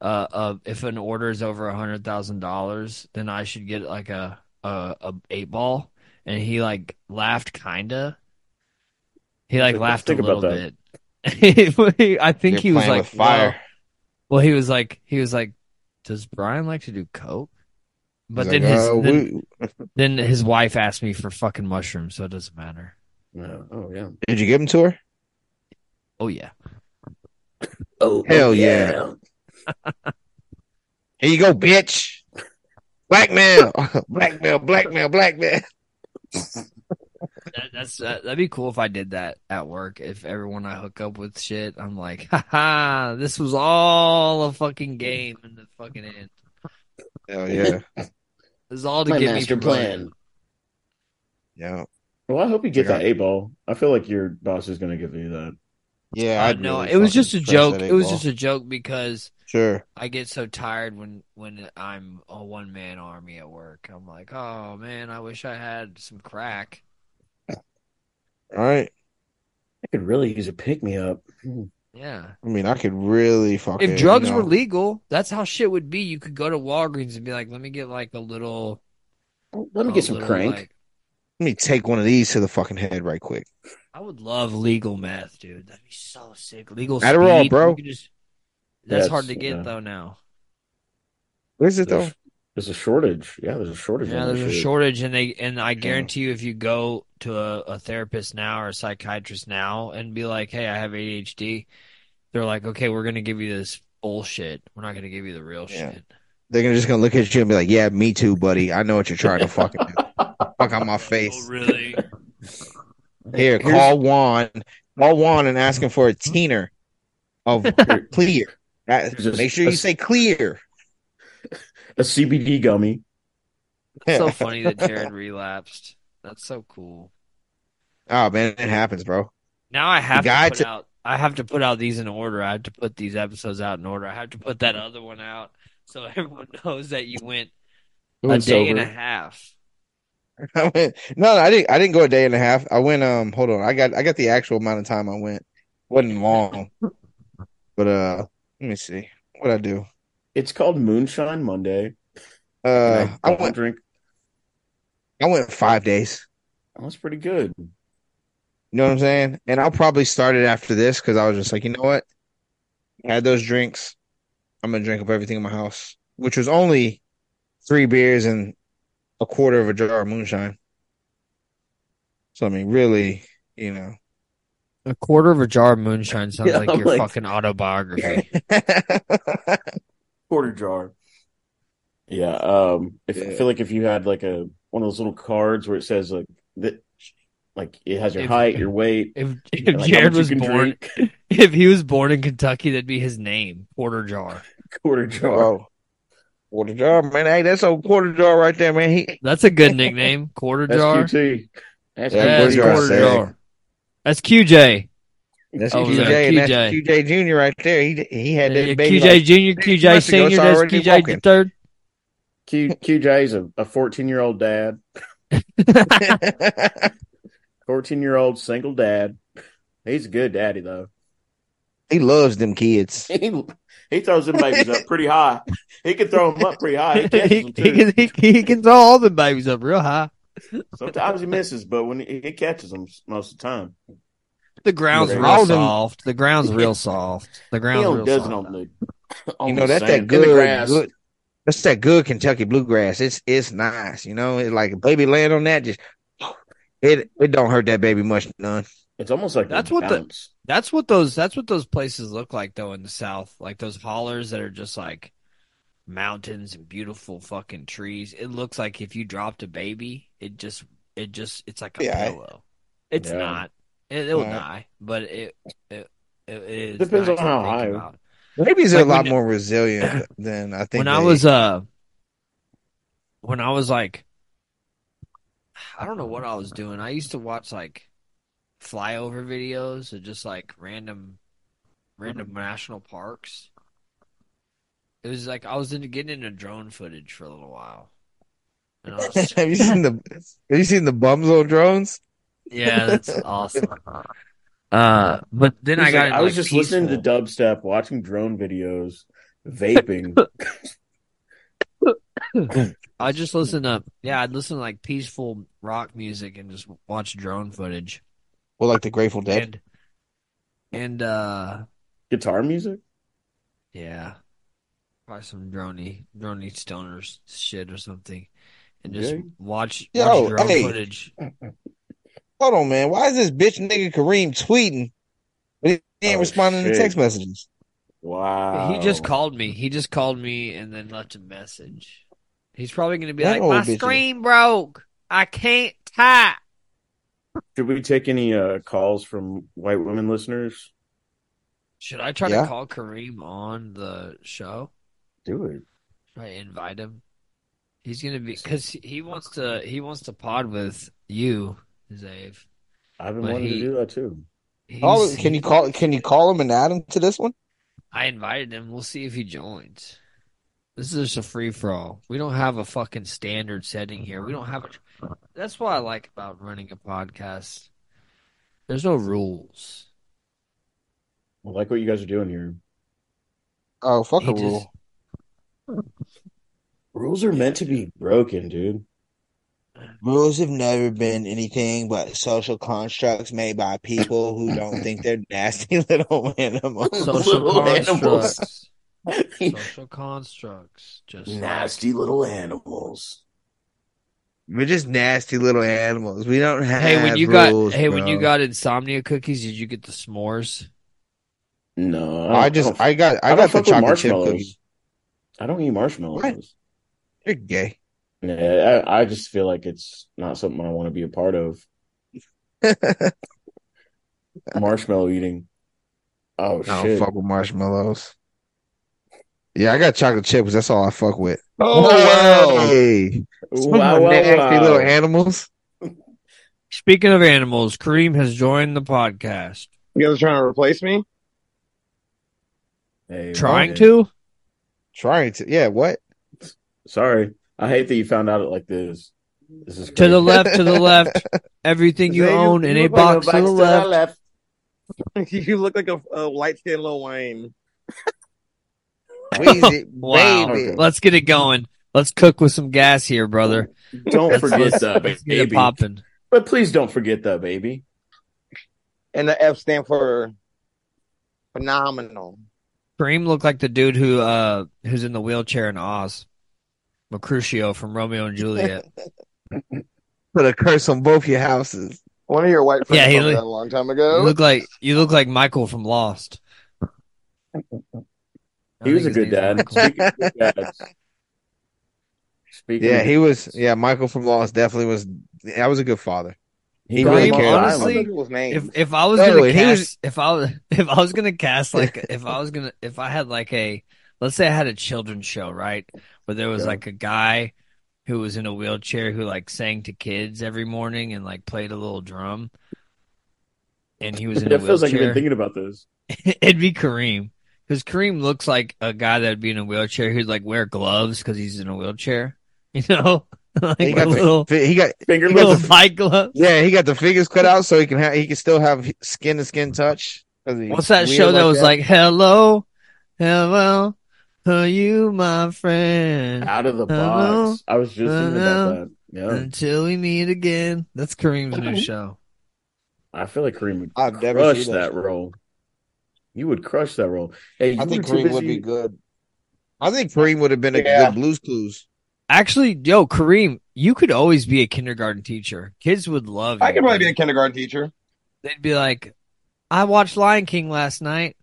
uh, uh if an order is over a hundred thousand dollars, then I should get like a a, a eight ball. And he like laughed, kinda. He like
Think-
laughed
think
a little
about
bit. I
You're
think he was
playing
like
with fire.
"Well-" Well, he was like he was like, does Brian like to do coke? But
He's
then
like,
his
"Uh,
then,
we-
then his wife asked me for fucking mushrooms, so it doesn't matter.
Yeah. Oh yeah.
did you give him to her?
Oh yeah.
Oh
Hell yeah. Here you go, bitch. Blackmail, blackmail, blackmail, blackmail.
That, that's that, that'd be cool if I did that at work. If everyone I hook up with shit, I'm like, ha ha, this was all a fucking game in the fucking end.
Hell Oh, yeah,
This is all to
My
get
master
me
plan.
yeah,
Well, I hope you get
Yeah.
that eight ball. I feel like your boss is going to give you that.
yeah.
I
I'd
know
really
it was
fucking
just a
crush
joke.
that
It was
eight
just a joke because
ball. sure.
I get so tired when when I'm a one man army at work. I'm like, oh man, I wish I had some crack.
All right.
I could really use a pick me up.
Yeah.
I mean, I could really fucking.
If drugs
you know,
were legal, that's how shit would be. You could go to Walgreens and be like, let me get like a little.
Let me
a
get some
Oh, little,
crank.
like,
let me take one of these to the fucking head right quick.
I would love legal meth, dude. That'd be so sick. Legal
Adderall,
speed,
bro.
you could just- that's
Yes,
hard to get
yeah.
though now.
Where's it though?
There's, there's a shortage. Yeah, there's a shortage.
Yeah,
on
there's
this
a
shit.
shortage, and they and I guarantee you, if you go to a, a therapist now or a psychiatrist now and be like, "Hey, I have ADHD," they're like, "Okay, we're gonna give you this bullshit. We're not gonna give you the real
Yeah.
shit."
They're gonna just gonna look at you and be like, "Yeah, me too, buddy. I know what you're trying to fucking do. Fuck on my
Oh,
face.
really?
Here,
Here's-
call Juan, call Juan, and ask him for a teener of clear. That-
Here's a-
make sure you say clear.
A CBD gummy.
It's so funny that Jared relapsed. That's so cool.
Oh man, it happens, bro.
Now I have to
guy
put
to-
out. I have to put out these in order. I have to put these episodes out in order. I have to put that other one out so everyone knows that you went a
It's
day and a
over.
half.
I went, no, no, I didn't. I didn't go a day and a half. I went. Um, hold on. I got. I got the actual amount of time I went. wasn't long, but uh, let me see what I do.
It's called Moonshine Monday.
Uh,
And
I
I don't
went.
drink.
I went five days.
Oh, That's pretty good.
You know what I'm saying? And I'll probably start it after this because I was just like, you know what? I had those drinks. I'm gonna drink up everything in my house, which was only three beers and a quarter of a jar of moonshine. So I mean, really, you know,
A quarter of a jar of moonshine sounds
Yeah,
like
I'm
your
like-
fucking autobiography.
Quarter jar. Yeah. Um. If, I
Yeah.
feel like if you had like a one of those little cards where it says like that, like it has your
If-
height, your weight.
if
and,
if
like, how
Jared
much you
was
can
born,
drink.
if he was born in Kentucky, that'd be his name, Porter Jar.
quarter jar.
bro, quarter jar, man. Hey, that's a quarter jar right there, man. He,
That's a good nickname, Quarter
That's
Jar.
QT. That's
Yeah,
Yeah,
Quarter
it's
Jar
Quarter
sick.
Jar. That's QJ.
That's
Oh,
QJ,
yeah,
and that's
QJ.
QJ Junior right there. He he had that
Yeah,
baby.
QJ
like-
Uh, Junior,
six
QJ
months ago,
Senior,
it's
that's
already
QJ the
walking.
third.
Q QJ's a a fourteen year old dad, fourteen year old single dad. He's a good daddy though.
he loves them kids.
He he throws them babies up pretty high. He can throw them up pretty high. He catches them
he, he,
too.
can, he, he can throw all the babies up real high.
Sometimes he misses, but when he, he catches them most of the time,
The ground's
Yeah.
real
All them-
soft. The ground's real soft. The
he
ground's
only
real
does
soft.
it on the on
You know
the
that's that
sand, in the
good,
grass.
good. That's that good Kentucky bluegrass. It's it's nice. You know, it's like baby land on that. Just it it don't hurt that baby much none.
It's almost like
That's
they
what the-
bounce.
That's what those that's what those places look like though in the south. Like those hollers that are just like mountains and beautiful fucking trees. It looks like if you dropped a baby, it just it just it's like a
Yeah, I-
pillow. It's
Yeah.
not. It, it'll
Yeah.
die, but it it, it is
Depends on
nice to
how
think
high.
about.
Babies are
Like
a lot
when-
more resilient than I think.
when I
they-
was uh when I was like I don't know what I was doing. I used to watch like flyover videos of just like random random national parks. It was like I was into getting into drone footage for a little while. And I was,
have you seen the have you seen the bums on drones?
yeah, that's awesome. Uh but then I
He's
got
like,
into,
I was
like,
just listening
peaceful.
to dubstep, watching drone videos, vaping.
I just listen to yeah, I'd listen to like peaceful rock music and just watch drone footage.
Well, like the Grateful Dead.
And and uh
guitar music.
yeah. Probably some droney droney stoners shit or something. And
Yeah.
just watch
Yo,
watch drone
hey.
footage.
Hold on, man. Why is this bitch nigga Kareem tweeting, but he ain't
Oh,
responding to
shit.
text messages?
Wow.
He just called me. He just called me and then left a message. He's probably gonna be
That
like,
old
My
bitch is-
screen broke. I can't type.
Should we take any uh, calls from white women listeners?
Should I try
Yeah.
to call Kareem on the show?
Do it.
Should I invite him? He's gonna be because he wants to he wants to pod with you, Zave.
I've been
But
wanting
he-
to do that too.
Call,
He's-
can you call? Can you call him and add him to this one?
I invited him. We'll see if he joins. This is just a free for all. We don't have a fucking standard setting here. We don't have a. That's what I like about running a podcast. There's no rules.
I like what you guys are doing here.
Oh, fuck
He
a rule.
just-
Rules are meant to be broken, dude.
Rules have never been anything but social constructs made by people who don't think they're nasty little animals.
Social
Little animals.
constructs. Social constructs. Just
Nasty little animals.
We're just nasty little animals. We don't have
Hey, when you
rules,
got hey when
bro.
you got insomnia cookies, did you get the s'mores?
No,
I, just
don't-
I got I,
don't
got the
fuck with
chocolate chip cookie.
I don't eat marshmallows.
You're gay.
Yeah, I, I just feel like it's not something I want to be a part of.
Oh,
Marshmallow eating. Oh
I don't
shit!
fuck with marshmallows. Yeah, I got chocolate chips. That's all I fuck with.
Oh,
Hey, some of
Wow,
my
wow,
nasty
wow.
little animals.
Speaking of animals, Kareem has joined the podcast.
You guys are trying to replace me?
Hey,
Trying
man.
to?
Trying to, yeah. What?
Sorry, I hate that you found out it like this. This is
To
crazy.
the left, to the left. Everything you
Xavier,
own in
you
a
look like
box to the left.
you look like a, a light skinned Lil Wayne.
Wheezy,
Wow.
baby.
Let's get it going. Let's cook with some gas here, brother.
Don't
Let's-
forget
let's-
that
let's get it
Oh, baby.
popping.
But please don't forget that baby.
And the F stand for phenomenal.
Kareem looked like the dude who uh who's in the wheelchair in Oz. Mercutio from Romeo and Juliet.
Put a curse on both your houses.
One of your white friends
Yeah, he
told me
look-
that a long time
You
ago.
look like you look like Michael from Lost.
He was a good dad.
Michael.
Speaking of good dads. Speaking
Yeah,
of-
he was. Yeah, Michael from Lost definitely was. That was a good father.
he
really
cared.
I
honestly-
love people's names.
If if I was
No,
gonna
and he
cast,
was-
if I was if I was gonna cast like if I was gonna if I had like a let's say I had a children's show right where there was
Okay.
like a guy who was in a wheelchair who like sang to kids every morning and like played a little drum. and he was in a
it feels like you've been
wheelchair.
thinking about this.
It'd be Kareem because Kareem looks like a guy that'd be in a wheelchair who'd like wear gloves because he's in a wheelchair. You know, like
he got
a
the-
little
he got
Finger
he got
little
the-
fight glove.
yeah, he got the fingers cut out so he can ha- he can still have skin to skin touch. 'cause he's
What's that
weird
show that was like, "Hello, hello, are you my friend?"
Out of the
Hello?
box. I was just thinking about that. Yeah.
Until we meet again. That's Kareem's
Mm-hmm.
new show.
I feel like Kareem would
I've never
crush
seen
that role. You would crush that role. Hey, you
I think
were too
Kareem would
busy-
be good. I think Kareem would have been a
Yeah.
good Blues Clues.
Actually, yo, Kareem, you could always be a kindergarten teacher. Kids would love you.
I could probably be a
dude.
kindergarten teacher.
They'd be like, "I watched Lion King last night."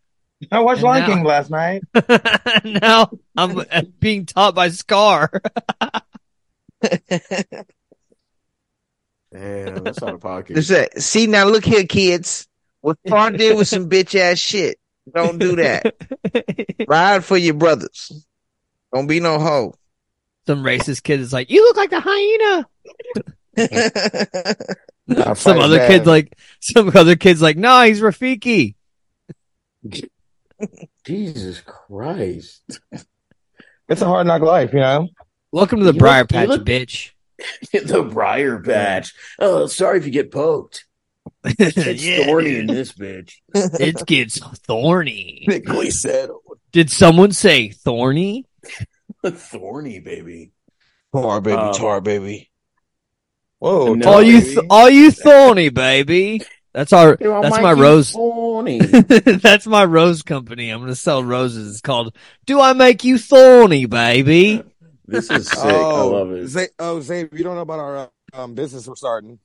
I watched
And
Lion
now-
King last night.
now I'm uh, being taught by Scar.
Damn, that's out of pocket.
It's that. See now, look here, kids. What Farm did was some bitch ass shit. Don't do that. Ride for your brothers. Don't be no hoe.
Some racist kid is like, "You look like the hyena."
I'll
Some
fight
other
back.
kid's like, some other kid's like, "No, he's Rafiki."
Jesus Christ.
It's a hard knock life, you know.
Welcome to the
You look-
Briar
you
Patch,
look-
bitch.
the briar patch. Oh, sorry if you get poked. It's
Yeah,
thorny in
dude.
this bitch.
It gets thorny.
Nickley said
Did someone say thorny?
thorny, baby.
Tar baby,
Um,
tar baby.
Whoa,
No.
Are you
baby.
th- are you thorny, baby? That's our
Yo,
that's
Mikey,
my rose.
Thorny.
that's my rose company. I'm gonna sell roses. It's called "Do I Make You Thorny, Baby?"
this is sick. I love it.
Zay, oh, Zay, you don't know about our uh, um, business we're starting.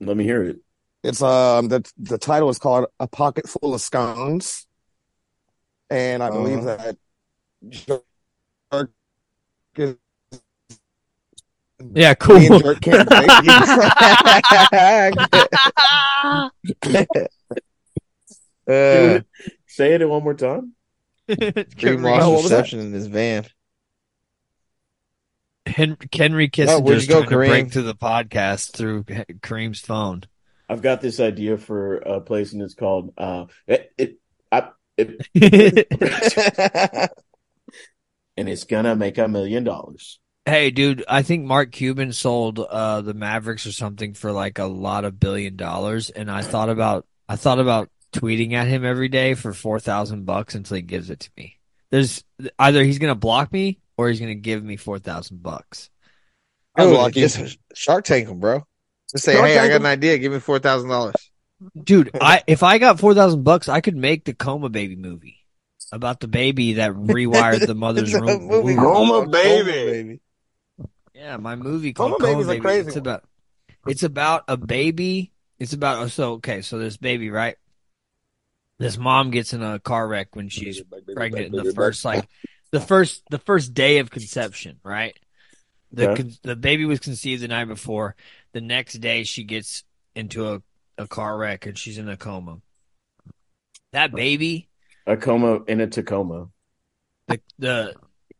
Let me hear it.
It's um the the title is called A Pocket Full of Scones, and I believe that Jerk is
Yeah,
me and
cool.
Jerk can't date.
Uh,
Say it one more time.
three
Henry,
Ross-
lost
what was that?
reception in this van.
Henry
Oh, where'd you
Kissinger's
go,
trying to break
Kareem?
through the podcast through H- Kareem's phone.
I've got this idea for a place, and it's called uh, it, it, I, it,
hey,
and it's gonna make a million dollars.
dude, I think Mark Cuban sold uh, the Mavericks or something for like a lot of billion dollars, and I thought about I thought about tweeting at him every day for four thousand bucks until he gives it to me. There's either he's gonna block me or he's gonna give me four thousand bucks.
I'm
Dude,
lucky.
just Shark Tank him, bro. Just say,
Shark
hey, I
Tank
got
him.
an idea. Give me four thousand dollars.
Dude, I if I got four thousand bucks, I could make the coma baby movie about the baby that rewired the mother's room.
Coma Baby.
Yeah, my movie
Coma
called Coma
Baby's a
Baby.
crazy
it's
one.
about it's about a baby. It's about oh, so okay. So this baby, right? This mom gets in a car wreck when she's pregnant in the first like the first the first day of conception, right? The
Okay.
con- the baby was conceived the night before. The next day she gets into a, a car wreck and she's in a coma. That baby,
A coma in a Tacoma.
the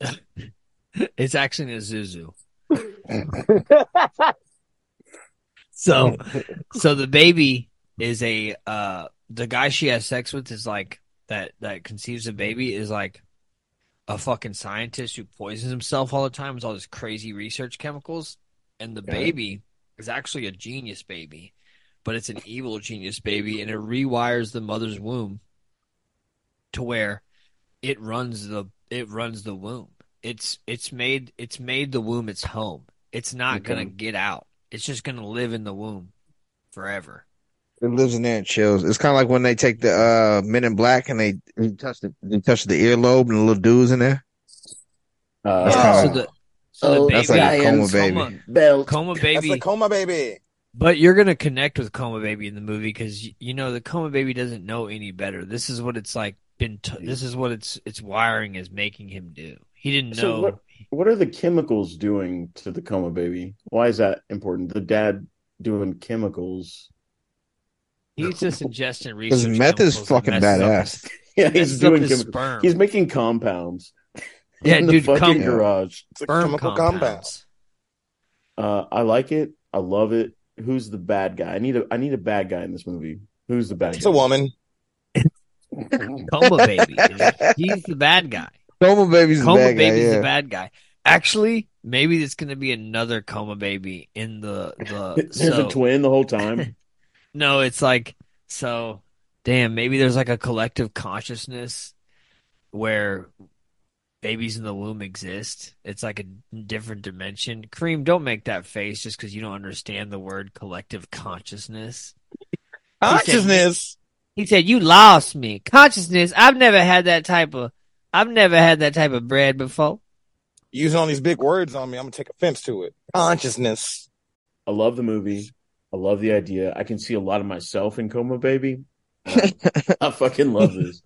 the it's actually in a Zuzu. so so the baby is a uh the guy she has sex with is like that that conceives a baby is like a fucking scientist who poisons himself all the time with all this crazy research chemicals and the
Okay.
baby is actually a genius baby but it's an evil genius baby and it rewires the mother's womb to where it runs the it runs the womb it's it's made it's made the womb its home it's not
Mm-hmm.
Okay.
gonna get out it's just gonna live in the womb forever
It lives in there and chills. It's kind of like when they take the uh, Men in Black and they, they touch the they touch the earlobe and the little dudes in there.
Uh,
That's
yeah,
kinda
so
like-
the so
Oh,
the baby
that's like a coma
Lions,
baby.
coma,
belt.
coma
That's
baby
the coma baby.
But you're gonna connect with Coma Baby in the movie because you know the Coma Baby doesn't know any better. This is what it's like been. T- this is what it's it's wiring is making him do. He didn't
So
know.
what- What are the chemicals doing to the coma baby? Why is that important? The dad doing chemicals.
He's just ingesting
Because
research.
meth is
chemicals that
fucking
messes up
badass.
his-
Yeah, he's
messes up
doing
his
chemicals.
sperm.
He's making compounds.
Yeah,
in the
dude,
fucking
com-
garage.
It's a
sperm
chemical compound.
compounds.
Uh, I like it. I love it. Who's the bad guy? I need a. I need a bad guy in this movie. Who's the bad
It's a woman.
Coma Baby. dude. He's the bad guy.
Coma Baby's the
Coma
bad guy,
Baby's
yeah.
the bad guy. Actually, maybe there's going to be another Coma Baby in the the.
There's
so,
a twin the whole time.
No, it's like so. Damn, maybe there's like a collective consciousness where babies in the womb exist. It's like a different dimension. Cream, don't make that face just because you don't understand the word collective consciousness.
Consciousness.
He said, "You lost me. Consciousness. I've never had that type of. I've never had that type of bread before."
Using all these big words on me, I'm gonna take offense to it. Consciousness.
I love the movie. I love the idea. I can see a lot of myself in Coma Baby. Um, I fucking love this.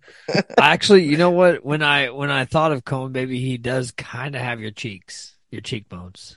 Actually, you know what? When I when I thought of Cone Baby, he does kind of have your cheeks, your cheekbones.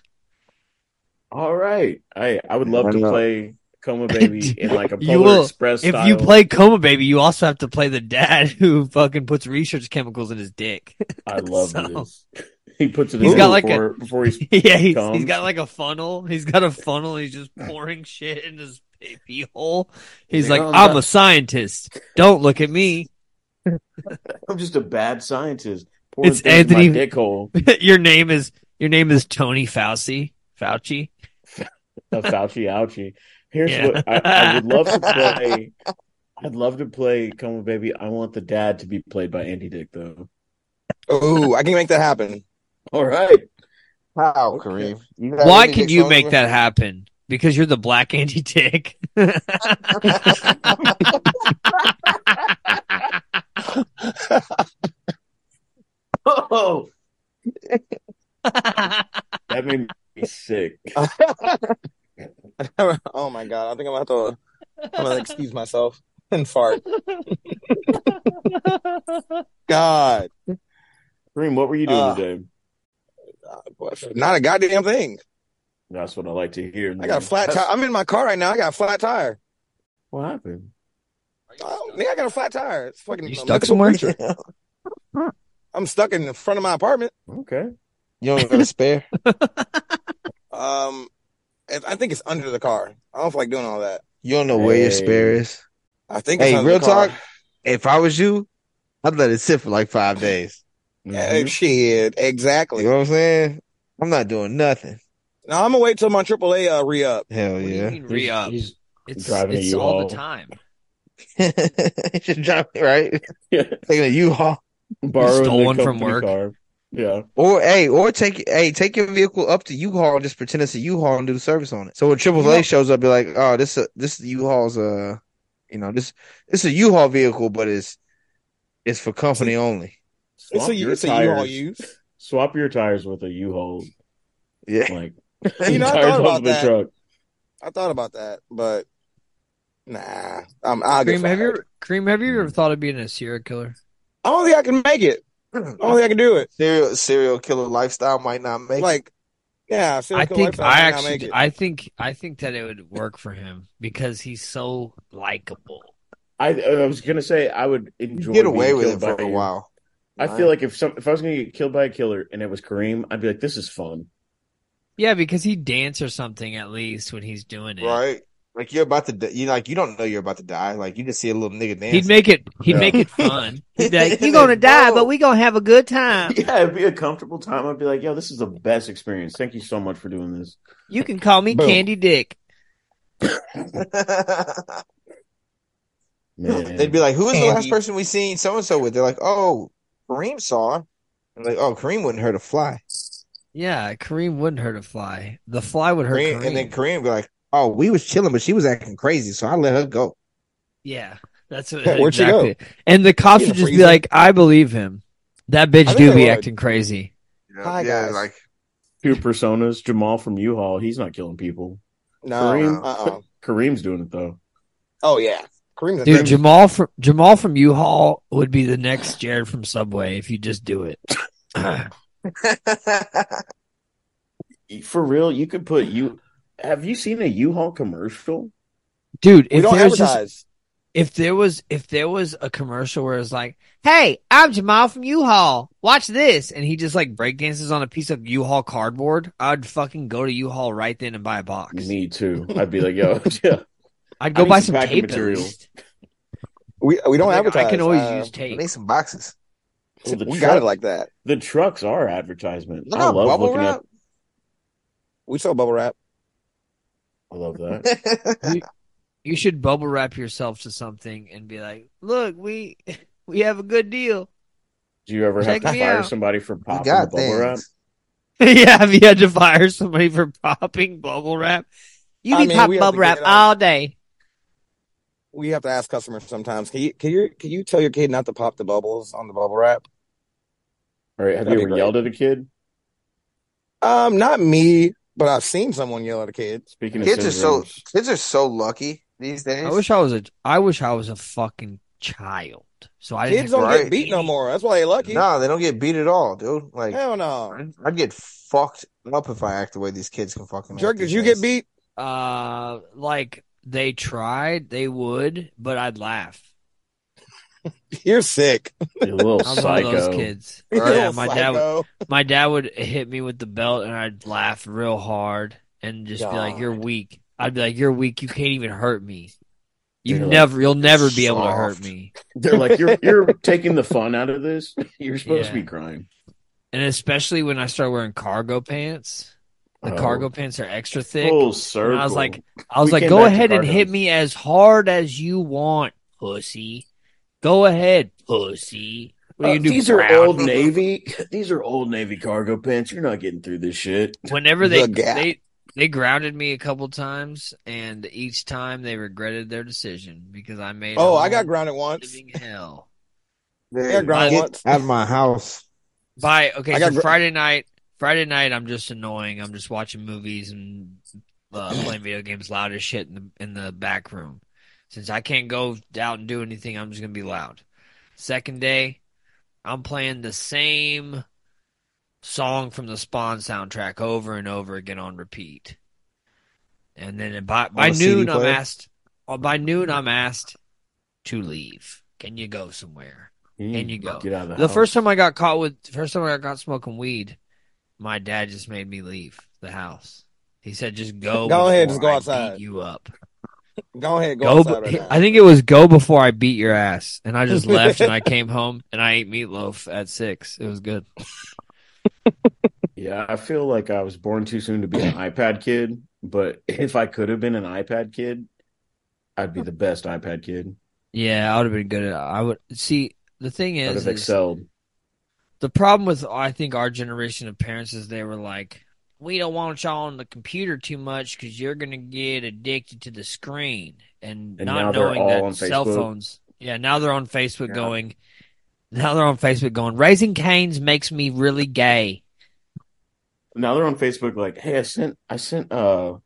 All right. I I would love
Why
to
not?
play Coma Baby in like a Polar Express
if
style.
you play Coma Baby, you also have to play the dad who fucking puts research chemicals in his dick.
I love this. He puts it.
He's
in
got
before,
like a
before he's
yeah. He's, he's
comes.
got like a funnel. He's got a funnel. And he's just pouring shit in his baby hole. He's
Like,
like,
oh,
I'm
no."
a scientist. Don't look at me.
I'm just a bad scientist. pouring
It's
things in my
Anthony.
dick hole.
your name is your name is Tony Fauci. Fauci.
of Fauci ouchie. Here's
Yeah.
what I, I would love to play. I'd love to play Come On Baby. I want the dad to be played by Andy Dick though.
Oh, I can make that happen.
All right.
How, Kareem? got
Why
anything
can you
song
make
with-
that happen? Because you're the black Andy Dick.
Oh. that made me sick.
oh my god! I think I'm gonna have to. I'm gonna excuse myself and fart. God,
Kareem, what were you doing
Uh,
today?
not a goddamn thing.
That's what I like to hear.
I got a flat tire.
That's-
I'm in my car right now. I got a flat tire.
What happened?
Oh, nigga, I got a flat tire. It's fucking
You
a
stuck
mythical
somewhere?
creature. I'm stuck in the front of my apartment.
Okay.
You don't got a spare.
Um, I- I think it's under the car. I don't feel like doing all that.
You don't know where your spare is.
I think. it's
Hey,
under
real
the car.
talk. If I was you, I'd let it sit for like five days.
Mm-hmm.
Eh, Shit, exactly.
You know what I'm saying? I'm not doing nothing.
Now I'm gonna wait till my AAA uh, re up.
Hell yeah.
Re-up.
He's
It's,
driving a
it's all
U-Haul.
the time.
Just drop it, right?
Yeah.
Taking a U-Haul.
Borrowing
Stolen
the
from
company
work.
Car. Yeah.
Or hey, or take hey, take your vehicle up to U-Haul and just pretend it's a U-Haul and do the service on it. So when AAA
Yeah.
shows up, be like, oh, this uh, this U-Haul's uh, you know, this this a U-Haul vehicle, but it's it's for company only.
It's
Swap
a
your
it's a U-Haul
tires.
use.
Swap your tires with a U-Haul.
Yeah,
Like
You know, I
tires
thought
off
about
the
that.
truck.
I thought about that, but nah. I'm, I'll get
Cream, have you
fired.
Cream, have you ever thought of being a serial killer?
I don't think I can make it. I don't think I can do it.
serial serial killer lifestyle might not make like
Like, yeah,
I
silicone
think
lifestyle,
I
might not make
actually
it.
I think I think that it would work for him because he's so likable.
I, I was gonna say I would enjoy
get away
being
with
killed
it for
by
a
you.
while.
I feel like if some if I was gonna get killed by a killer and it was Kareem, I'd be like, "This is fun."
Yeah, because he dance or something at least when he's doing it.
right, like you're about to di- you like you don't know you're about to die. Like you just see a little nigga dancing.
He'd make it he'd
Yeah.
make it fun. He'd be like,
He's
You're gonna
like,
die,
"No."
but we gonna have a good time.
Yeah, it'd be a comfortable time. I'd be like, "Yo, this is the best experience. Thank you so much for doing this."
You can call me
Boom.
Candy Dick.
Man.
They'd be like, "Who was the
And
last
he-
person we seen so and so with?" They're like, "Oh, Kareem saw." her." I'm like, "Oh, Kareem wouldn't hurt a fly."
Yeah, Kareem wouldn't hurt a fly. The fly would hurt
Kareem,
Kareem.
and then Kareem be like, "Oh, we was chilling, but she was acting crazy, so I let her go."
yeah, that's what,
Yeah, where'd she go?
exactly. And the cops
In
would
the
just be
freezer?
like, "I believe him. That bitch
think
do
they
be
would.
acting crazy."
Hi, yeah, guys. like-
two personas. Jamal from U-Haul. He's not killing people.
No,
Kareem-
uh-uh.
Kareem's doing it though.
oh yeah, Kareem's a
Dude,
thing.
Jamal from Jamal from U-Haul would be the next Jared from Subway if you just do it.
For real, you could put you. Have you seen a U-Haul commercial?
Dude,
we
if
don't
there was just
advertise.
if there was if there was a commercial where it's like, "Hey, I'm Jamal from U-Haul. Watch this," and he just like breakdances on a piece of U-Haul cardboard, I'd fucking go to U-Haul right then and buy a box.
Me too. I'd be like, "Yo, yeah,
I'd
I
go
need
buy
some
some
packing
tape at
material.
least.
We we don't
I think I
advertise. uh, um,
can always use
tape.
need some boxes.
Well, the
we
truck-
got it like that.
The trucks are advertisement.
No,
I love
bubble
looking
wrap.
at.
We sell bubble wrap.
I love that.
you, you should bubble wrap yourself to something and be like, "Look, we we have a good deal."
Do you ever have
Check
to
me
fire
out.
somebody for popping
got
the bubble wrap?
yeah, have you had to fire somebody for popping bubble wrap? You be
I mean, we
popping
have to
bubble
get
wrap
it out.
all day.
We have to ask customers sometimes. Can you can you can you tell your kid not to pop the bubbles on the bubble wrap?
All right. Have you
That'd be
ever
great.
yelled at a kid?
Um, not me, but I've seen someone yell at a kid.
Speaking
Kids are so kids are so lucky these days.
I wish I was a I wish I was a fucking child. So I
Kids
didn't
don't
Right.
get beat no more. That's why they lucky.
No, they don't get beat at all, dude. Like
Hell no.
I'd get fucked up if I act the way these kids can fucking. act
Jerk, did
these
you
days.
get beat?
uh like they tried, they would, but I'd laugh.
You're sick.
You little
I was one of
psycho.
those kids.
You
Yeah,
little
my dad
psycho.
would my dad would hit me with the belt and I'd laugh real hard and just be like, You're weak. I'd be like, You're weak, you can't even hurt me. You
You're like,
never you'll never be able to hurt
soft.
me.
They're like, you're you're taking the fun out of this. You're supposed to
Yeah.
be crying.
And especially when I started wearing cargo pants. The
Oh.
cargo pants are extra thick.
Full
And
circle.
I was like, I was
We
like,
came
go
back to
ahead and
cargos.
hit me as hard as you want, pussy. Go ahead, pussy. What do
Uh,
you do?
these are
brown?
old navy. These are old navy cargo pants. You're not getting through this shit.
Whenever they
The gap.
they they grounded me a couple times, and each time they regretted their decision because I made.
Oh,
a
I got
whole
grounded once.
Living hell.
I got grounded
Get
once.
out of my house.
By okay,
I got
so
gr-
Friday night, Friday night, I'm just annoying. I'm just watching movies and uh, playing video games loud as shit in the in the back room. Since I can't go out and do anything, I'm just gonna be loud. Second day, I'm playing the same song from the Spawn soundtrack over and over again on repeat. And then by by
the CD
noon, I'm
player?
asked. oh, By noon, I'm asked to leave. Can you go somewhere? And you go.
Mm, Get out of the,
The
house.
first time I got caught with the first time I got caught smoking weed, my dad just made me leave the house. He said, "Just go.
Go ahead,
before
just go
I beat
outside."
you up.
Go ahead, go,
Go.
outside
be-
right now.
I think it was go before I beat your ass." And I just left, and I came home, and I ate meatloaf at six. It was good.
Yeah, I feel like I was born too soon to be an iPad kid. But if I could have been an iPad kid, I'd be the best iPad kid.
Yeah, I would have been good at. I would see. The thing
I'd
is,
have
is
excelled.
the problem with I think our generation of parents is they were like, we don't want y'all on the computer too much because you're gonna get addicted to the screen and,
And now
not
they're
knowing
all
that
on
cell
Facebook.
phones. Yeah, now they're on Facebook
Yeah.
going. Now they're on Facebook going. Raising Canes makes me really gay.
Now they're on Facebook. Like, hey, I sent I sent uh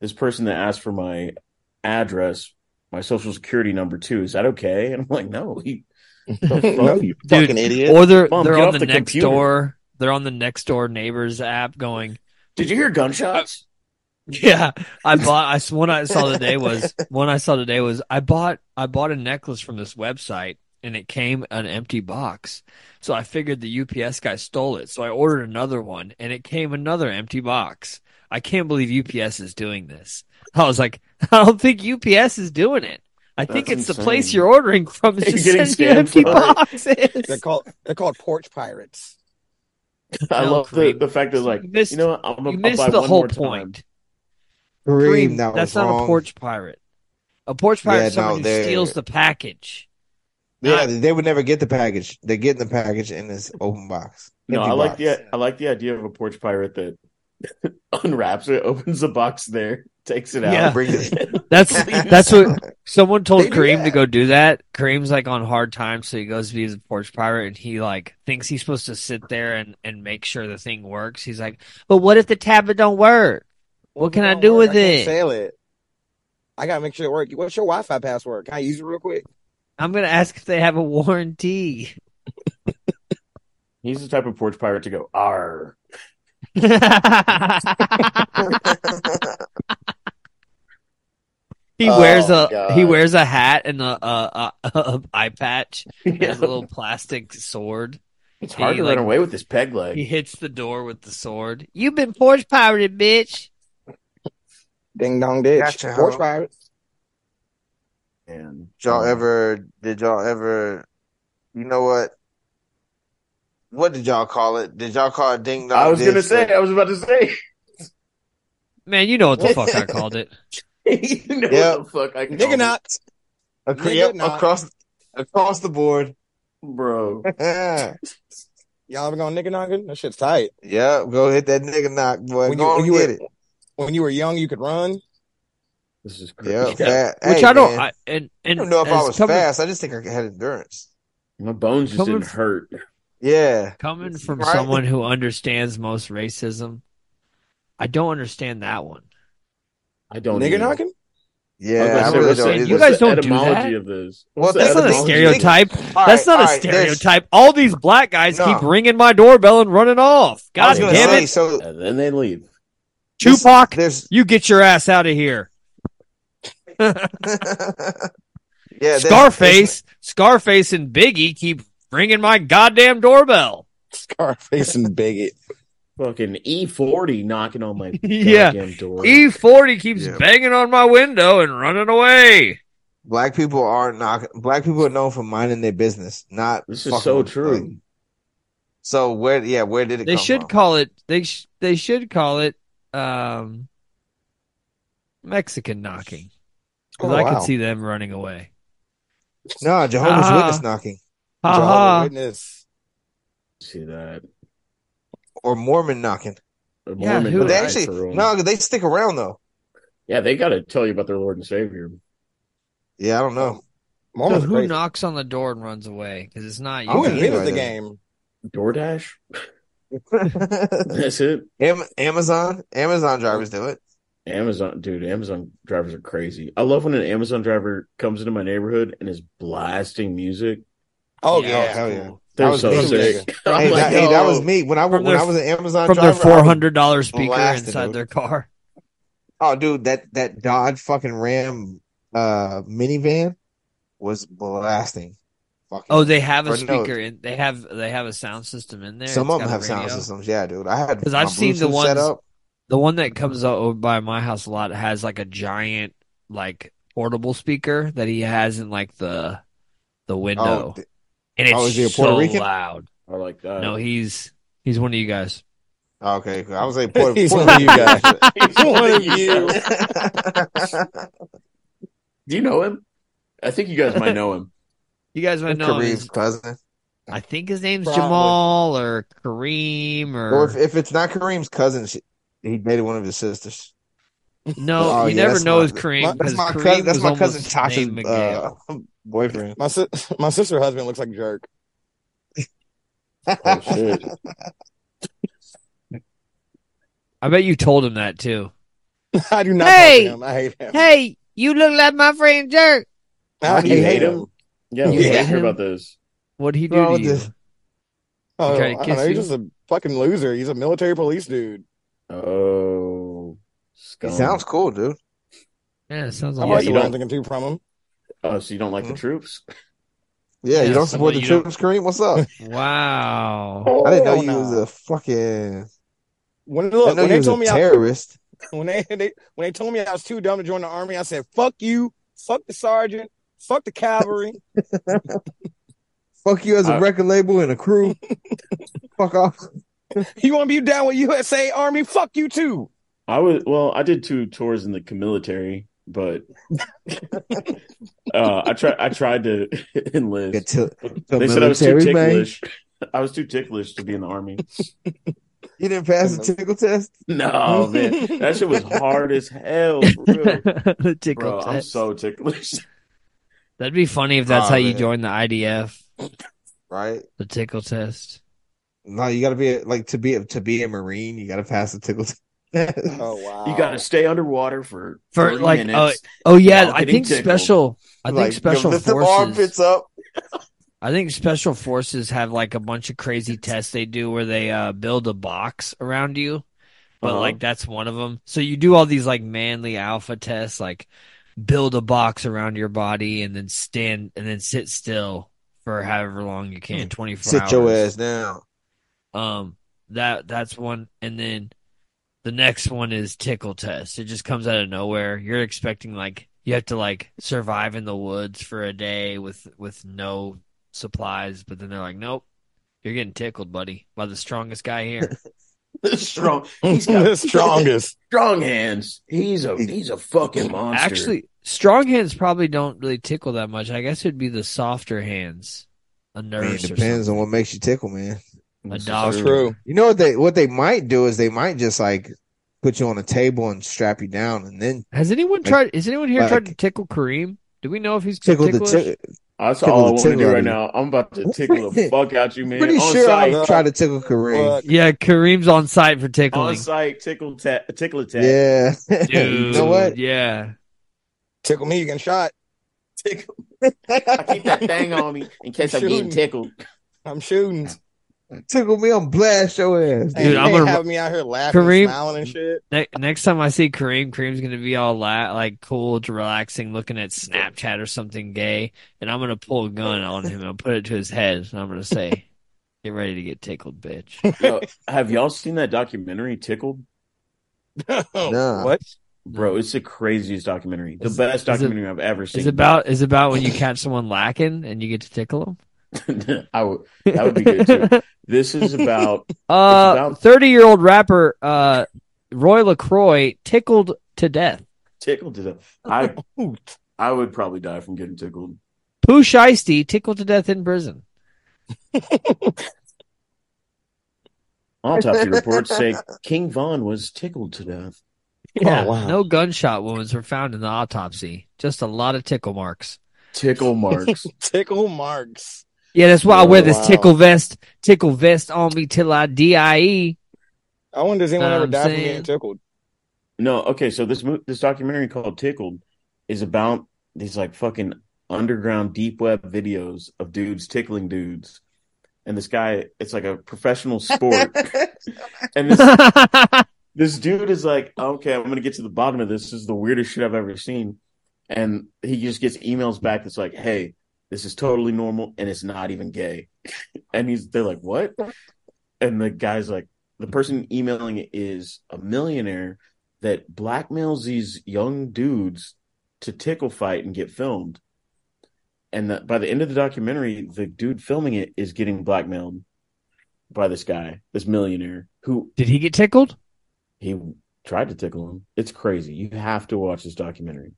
this person that asked for my address, my social security number too. Is that okay? And I'm like, no. You, the
No,
fuck?
you
Dude,
fucking idiot.
Or they're
Mom,
they're
get
on
off
the,
the
next
computer.
door. They're on the next door neighbors app going.
Did you hear gunshots?
Yeah, I bought. I s- one I saw today was one I saw today was I bought I bought a necklace from this website and it came an empty box. So I figured the UPS guy stole it. So I ordered another one and it came another empty box. I can't believe UPS is doing this. I was like, I don't think UPS is doing it. I think
That's
it's the place
insane.
you're ordering from. It's
You're
just
getting
sending you
scammed
empty
for it.
They're
boxes.
called they're called porch pirates.
I
Uh, No,
love the,
Kareem.
the fact that like
You
you,
missed-
know what? I'm
You
gonna I'll
missed
buy
the
one
whole
more time.
point.
Kareem, that
that's
was
not
wrong.
a porch pirate. A porch pirate
Yeah,
is someone
no,
who
they're-
steals the package.
Yeah, they would never get the package. They get the package in this open box.
No,
Empty
I like
box.
the I like the idea of a porch pirate that unwraps it, opens the box there, takes it out.
Yeah.
Bring it.
That's that's what someone told
They do
Kareem to
that.
go do that. Kareem's like on hard time, so he goes to be his porch pirate, and he like thinks he's supposed to sit there and and make sure the thing works. He's like, but what if the tablet don't work? What can I
Don't
do
work,
with
can't
it?
Sell it. I gotta make sure it works. What's your Wi-Fi password? Can I use it real quick?
I'm gonna ask if they have a warranty.
He's the type of porch pirate to go, R.
He
Oh,
wears a he
God.
wears a hat and a, a, a, a eye patch and has a little plastic sword.
It's hard
He,
to run
like-
away with this peg leg.
He hits the door with the sword. You've been porch pirated, bitch.
Ding dong ditch.
Gotcha,
porch
huh?
pirates.
And
y'all ever did y'all ever you know what? What did y'all call it? Did y'all call it ding dong?
I was gonna
Ditch?
say, I was about to say.
Man, you know what the fuck I called it.
you know
Yep.
what the fuck I
Nigga
not
Ac- yep, across across the board.
Bro.
Y'all ever going nigga noggin? That shit's tight.
Yeah, go hit that nigga knock, boy.
When you-
go on
when you
get
were-
it.
When you were young, you could run.
This is
Yeah,
Yeah.
fat-
Which
hey,
I don't-
man.
I- and- and
I don't know if I
as
was
coming-
fast. I just think I had endurance.
My bones just
Coming
didn't hurt.
Yeah,
coming from
Right?
someone who understands most racism, I don't understand that one.
I don't
Nigga either. knocking?
Yeah,
I,
I really don't
saying,
either.
you
What's
guys
the
don't do
etymology
that.
of this? What's
Well,
the
that's not a
etymology of this?
stereotype.
All right,
that's not
all
a
right, there's-
stereotype. All these black guys
No.
keep ringing my doorbell and running off.
I
God
was
damn
gonna say,
it,
so
and then they leave.
Tupac! you get your ass out of here.
Yeah, there's-
Scarface, Scarface, and Biggie keep ringing my goddamn doorbell.
Scarface and Biggie.
Fucking E forty knocking on my
Yeah.
goddamn door.
E forty keeps banging on my window and running away.
Black people are not. Black people are known for minding their business, not.
This
is so
true. so where? Yeah, where did it?
They
come
should
From?
call it. They sh- they should call it um, Mexican knocking. 'Cause
Oh,
I
wow.
could see them running away.
No, Jehovah's
Ah.
Witness knocking.
Ah. Jehovah's
Witness.
See that.
Or Mormon knocking.
Yeah, Mormon who-
but they
knocking
actually
for real.
no, they stick around though.
Yeah, they gotta tell you about their Lord and Savior.
Yeah, I don't know.
So who knocks on the door and runs away? Because it's not you.
Oh,
I wouldn't
guys.
be with the game. DoorDash?
Uh-huh.
That's it.
Am- Amazon, Amazon drivers do it.
Amazon, dude, Amazon drivers are crazy. I love when an Amazon driver comes into my neighborhood and is blasting music.
Oh
Yeah,
yeah,
hell yeah.
That
They're
was
so
me,
sick.
nigga.
I'm
Hey,
like,
that, hey, that was
oh.
me when I
From
when
their-
I was an Amazon
from
driver. I
their
was
four hundred dollar speaker
blasted,
inside
dude.
their car.
Oh, dude, that that Dodge fucking Ram uh minivan was blasting. Fucking
Oh, they have
or
a
no,
speaker in. They have they have a sound system in there.
Some
It's
of them
got a
have sound
radio.
systems. Yeah, dude. I had
Because
my
I've seen the
Bluetooth
ones,
set up.
the one that comes out over by my house a lot has like a giant, like portable speaker that he has in like the the window,
th-
and it's
oh, is he a Puerto
so
Rican? Uh,
loud.
I like that.
No, he's he's one of you guys.
Okay, I was like, Puerto,
He's
Puerto
one of you
Rican.
guys.
He's one of
you.
Do you know him? I think you guys might know him.
You guys might know him.
Kareem's cousin.
I think his name's
Probably.
Jamal or Kareem or,
Or if, if it's not Kareem's cousin, she, he dated one of his sisters.
no,
Oh,
you
yeah,
never
that's
know
my-
his
my-
Kareem
that's
because
my
Kareem
cousin- that's
was
my
almost
cousin Tasha's, uh,
named Miguel.
boyfriend.
My si- my sister husband looks like a jerk.
Oh shit!
I bet you told him that too.
I do not.
Hey!
talk to him. I hate him.
Hey, you look like my friend Jerk.
I
you hate him? Yeah,
You
we
hate
yeah. hear
him?
about this.
What'd he do
Bro,
to you?
this- Oh,
tried
I
to
don't
kiss
know.
you?
He's just a fucking loser. He's a military police dude.
Oh,
He
scum.
sounds cool, dude.
Yeah, it sounds
I
Yeah,
like
you
to learn
don't.
thing or two from him.
Oh, so you don't like
Mm.
the troops?
Yeah, you
Yeah,
don't support
somebody
the
you don't-
children's Kareem? What's up?
Wow.
I didn't know
Oh,
you
nah.
was a fucking.
When
I
look,
know
when
you
they
was a
told me
terrorist.
I, when they, they when they told me I was too dumb to join the army, I said, "Fuck you, fuck the sergeant, fuck the cavalry."
Fuck you as a
I-
record label and a crew. fuck off.
you want to be down with USA Army? Fuck you too.
I was well. I did two tours in the military, but uh, I tried. I tried to enlist.
to
they said I was too
military, man.
ticklish. I was too ticklish to be in the army.
You didn't pass the tickle test?
No man, that shit was hard as hell. For real.
the tickle
Bro, I'm
test.
so ticklish.
That'd be funny if that's
Aw,
how you
Ah, man.
joined the IDF,
Right?
the tickle test.
No, you gotta be a, like to be a, to be a marine. You gotta pass the tickle test.
oh wow!
You got to stay underwater for
For
30
like, uh,
minutes.
oh yeah,
without
I
getting
think
tickled.
special. I think
Like,
special
lift them
forces.
armpits
up.
I think special forces have like a bunch of crazy tests they do where they uh, build a box around you, but
Uh-huh.
like that's one of them. So you do all these like manly alpha tests, like build a box around your body and then stand and then sit still for however long you can, twenty four
Sit
hours.
your ass down.
Um, that that's one, and then the next one is tickle test. It just comes out of nowhere. You're expecting like you have to like survive in the woods for a day with with no supplies. But then they're like, nope, you're getting tickled, buddy, by the strongest guy here.
the strong. He's got
The strongest.
strong hands. He's a he's a fucking monster.
Actually, strong hands probably don't really tickle that much. I guess it'd be the softer hands, a
Man, it
nurse or something.
depends on what makes you tickle, man.
A dog. True.
You know what they what they might do is they might just like put you on a table and strap you down, and then
Has anyone
Like-
tried? Is anyone here
like-
tried to tickle Kareem? Do we know if he's
Tickle the
ticklish?
tick-
That's
tickle
all
the
I want to
tickle
do
out
right
of you.
now. I'm about to tickle the fuck out you, man.
Pretty
on
sure
site,
I've tried to tickle Kareem.
Yeah, Kareem's on site for tickling.
on site tickle ta- tickle attack.
Yeah,
Dude,
you know what?
Yeah.
Tickle me, you get shot.
Tickle. I keep that thing on me in case I'm getting
Shooting.
tickled.
I'm shooting.
Tickle me, I'm blast your ass.
Dude, I'm gonna have me out here laughing,
Kareem-
smiling, and shit.
Ne- next time I see Kareem, Kareem's gonna be all la- like cool, relaxing, looking at Snapchat or something gay, and I'm gonna pull a gun on him and put it to his head, and I'm gonna say, "Get ready to get tickled, bitch."
Yo, have y'all seen that documentary Tickled?
Nah.
What?
Bro, it's the craziest documentary. The
Is-
best
is it-
documentary I've ever seen.
Is about is about when you catch someone lacking and you get to tickle them.
I would that would be good too. This is about
Uh, thirty-year-old rapper uh, Roy Lacroix tickled to death.
tickled to death. I
Oh,
I would probably die from getting tickled.
Pooh Shiesty tickled to death in prison.
Autopsy reports say King Von was tickled to death.
Yeah,
Oh, wow.
no gunshot wounds were found in the autopsy. Just a lot of tickle marks.
Tickle marks.
Tickle marks.
Yeah, that's why I wear this
Oh, wow.
tickle vest. Tickle vest on me till I E. die.
I wonder does anyone
Know
ever
what I'm
die from
saying?
getting tickled?
No, okay, so this mo- this documentary called Tickled is about these like fucking underground deep web videos of dudes tickling dudes. And this guy, it's like a professional sport. and
this
this dude is like, okay, I'm gonna get to the bottom of this. This is the weirdest shit I've ever seen. And he just gets emails back that's like, hey, this is totally normal and it's not even gay. and he's they're like, what? And the guy's like, the person emailing it is a millionaire that blackmails these young dudes to tickle fight and get filmed. And the, by the end of the documentary, the dude filming it is getting blackmailed by this guy, this millionaire, who
Did he get tickled?
he tried to tickle him. It's crazy. You have to watch this documentary.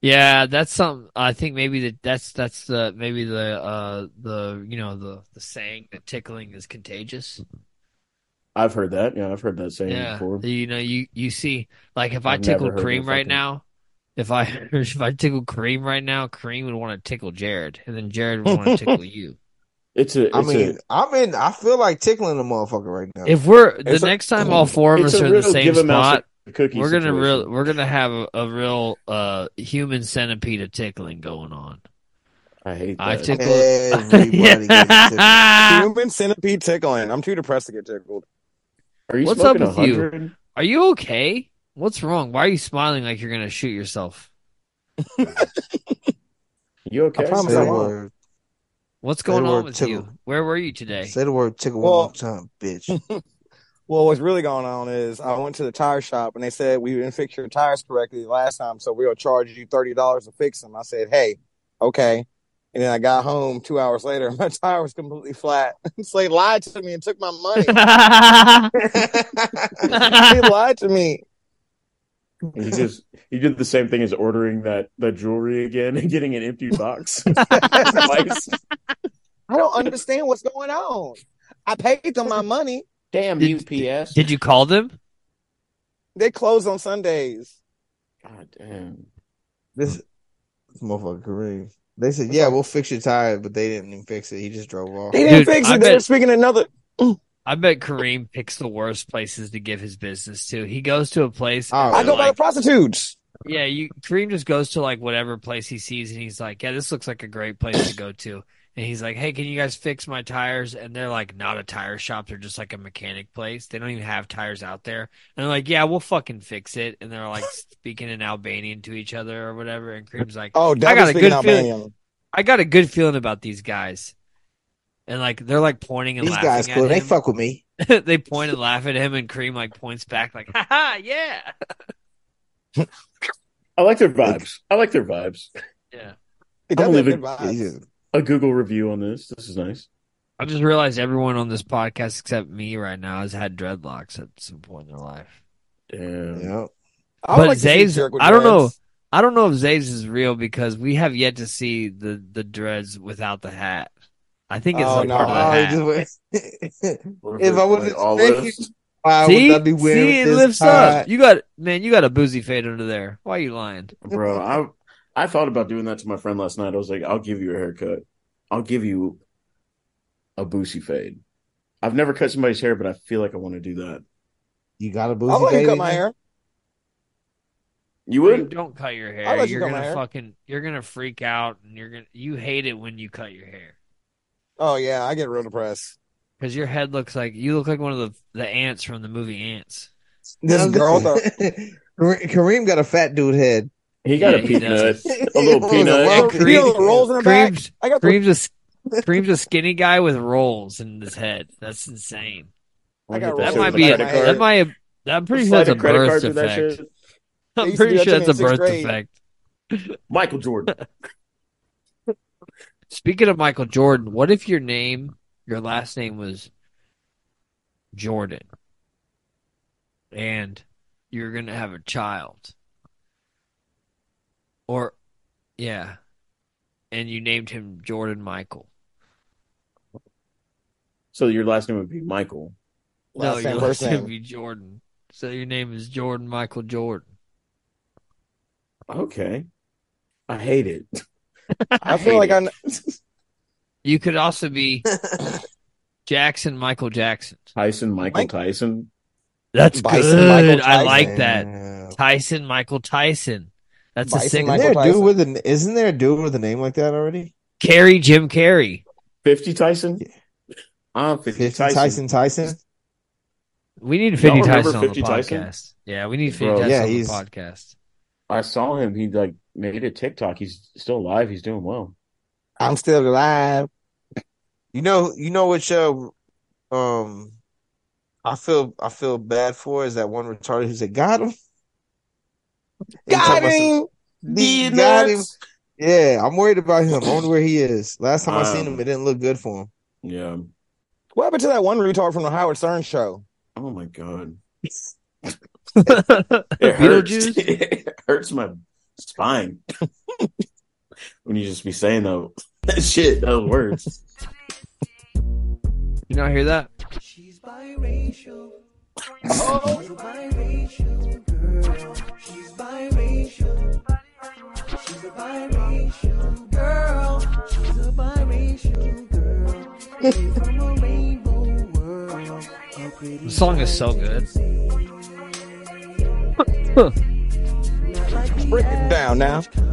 Yeah, that's something. I think maybe that that's that's the maybe the uh the you know the the saying that tickling is contagious.
I've heard that. Yeah, I've heard that saying
Yeah,
before.
you know you you see like if I
I've never
tickled
heard
Kareem
that
right
fucking-
now, if I if I tickled Kareem right now, Kareem would want to tickle Jared, and then Jared would want to tickle you.
It's a.
I
it's a-
mean, I'm in. I feel like tickling a motherfucker right now.
If we're the
It's a-
next time all four of
it's
us
a
are in the
real
same
give 'em out
spot,
the cookie
we're gonna
situation.
real we're gonna have a, a real uh human centipede of tickling going on.
I hate
I
that.
tickle
Everybody
Yeah.
Human centipede tickling. I'm too depressed to get tickled.
Are you
What's up
smoking
with you?
100?
Are you okay? What's wrong? Why are you smiling like you're gonna shoot yourself?
You okay?
I promise I won't.
What's
Say the
going on
word
with
tickle.
you? Where were you today?
Say the word tickle
Well-
one more time, bitch.
Well, what's really going on is I went to the tire shop and they said we didn't fix your tires correctly last time, so we'll charge you thirty dollars to fix them. I said, hey, okay. And then I got home two hours later, and my tire was completely flat. so they lied to me and took my money. they lied to me.
You just you did the same thing as ordering that that jewelry again and getting an empty box. Twice.
I don't understand what's going on. I paid them my money.
Damn
Did-
UPS.
Did you call them?
They close on Sundays.
God damn.
This, this motherfucker Kareem. They said, "Yeah, we'll fix your tire," but they didn't even fix it. He just drove off.
They didn't
Dude,
fix it.
I
they were
bet-
speaking another.
I bet Kareem picks the worst places to give his business to. He goes to a
Oh,
place. and
I
they're
go by the
like-
prostitutes.
Yeah, you Kareem just goes to like whatever place he sees and he's like, Yeah, this looks like a great place to go to. And he's like, Hey, can you guys fix my tires? And they're like, not a tire shop, they're just like a mechanic place. They don't even have tires out there. And they're like, Yeah, we'll fucking fix it. And they're like speaking in Albanian to each other or whatever. And Kareem's like,
Oh,
I
double
got a
speaking
good
Albanian.
feeling. I got a good feeling about these guys. And like they're like pointing and
These
laughing
guys
at
cool. They
him.
fuck with me.
they point and laugh at him and Kareem like points back like, Ha ha, yeah.
I like their vibes. I like their vibes.
Yeah.
I'm gonna leave a, a Google review on this. This is nice.
I just realized everyone on this podcast except me right now has had dreadlocks at some point in their life.
Damn.
Yep.
I would
But
like to see
Zay's,
Jerick with
I don't know.
dreads.
I don't know if Zay's is real because we have yet to see the the dreads without the hat. I think it's
Oh,
like
no.
part of the
Oh,
hat.
just wait. if I wasn't
all
thinking,
lifts?
why
see,
would I be wearing
see, it
this
lifts
tie?
up. You got man, you got a boozy fade under there. Why are you lying?
Bro, I I thought about doing that to my friend last night. I was like, I'll give you a haircut. I'll give you a boosie fade. I've never cut somebody's hair, but I feel like I want to do that.
You got a
I
boozy
like to
fade
cut
in
my
you?
hair.
You
You
would?
don't cut your
I'll
hair.
let you
You're
cut my
gonna
hair.
fucking you're gonna freak out and you're gonna you hate it when you cut your hair.
Oh yeah, I get real depressed.
Because your head looks like you look like one of the the ants from the movie Ants.
This
Now,
girl,
listen, Kare- Kareem got a fat dude head.
He got
Yeah,
a
he
peanut,
does.
a little
Yeah,
peanut.
Kareem-
you know the rolls in the back.
Kareem's,
I got the
Kareem's, a, s- Kareem's a skinny guy with rolls in his head. That's insane.
I got
That
rolls
might
in
be
the
a,
back of my
that
head.
might have, I'm pretty sure
Slide
that's
a
a
credit
birth
card through that
effect.
shit.
They
I'm
used to
pretty
do that
sure
to
that's
me
a
in sixth
birth
grade.
effect.
Michael Jordan.
Speaking of Michael Jordan, what if your name, your last name was Jordan, and you're gonna have a child, or yeah, and you named him Jordan Michael?
So your last name would be Michael.
No,
Last
your
name,
last
first
name
name.
would be Jordan. So your name is Jordan Michael Jordan.
Okay. I hate it.
I feel like I.
You could also be Jackson Michael Jackson.
Tyson, Michael
Mike-
Tyson.
That's
Bison
good.
Michael
I
Tyson.
like that.
Yeah.
Tyson Michael Tyson. That's a
Bison
sick
Isn't
Michael
there a dude
Tyson.
with an isn't there a dude with a name like that already?
Carry Jim Carrey.
50 Tyson? I'm 50,
50
Tyson.
Tyson Tyson?
We need
Y'all
50
remember
Tyson on the
50 Tyson?
podcast. Yeah, we need 50
Bro,
Tyson
yeah,
on the
he's-
podcast.
I saw him. He like made a TikTok. He's still alive. He's doing well.
I'm still alive.
You know, you know which uh, um, I feel I feel bad for is that one retarded who said got him. He talking
Got
about some-
him.
he got him. Yeah, I'm worried about him. I wonder where he is. Last time I seen him,
Um,
it didn't look good for him.
Yeah.
What happened to that one retard from the Howard Stern show?
Oh my god. It hurts.
Beetlejuice?
it hurts my spine when you just be saying though that shit, those words.
You not hear that?
She's biracial. Oh, she's biracial girl. She's biracial. She's a biracial girl. She's a biracial girl. Came from a rainbow world. A pretty
The song is so
sight
good.
to see. Not like the
Break it down now.
average kind.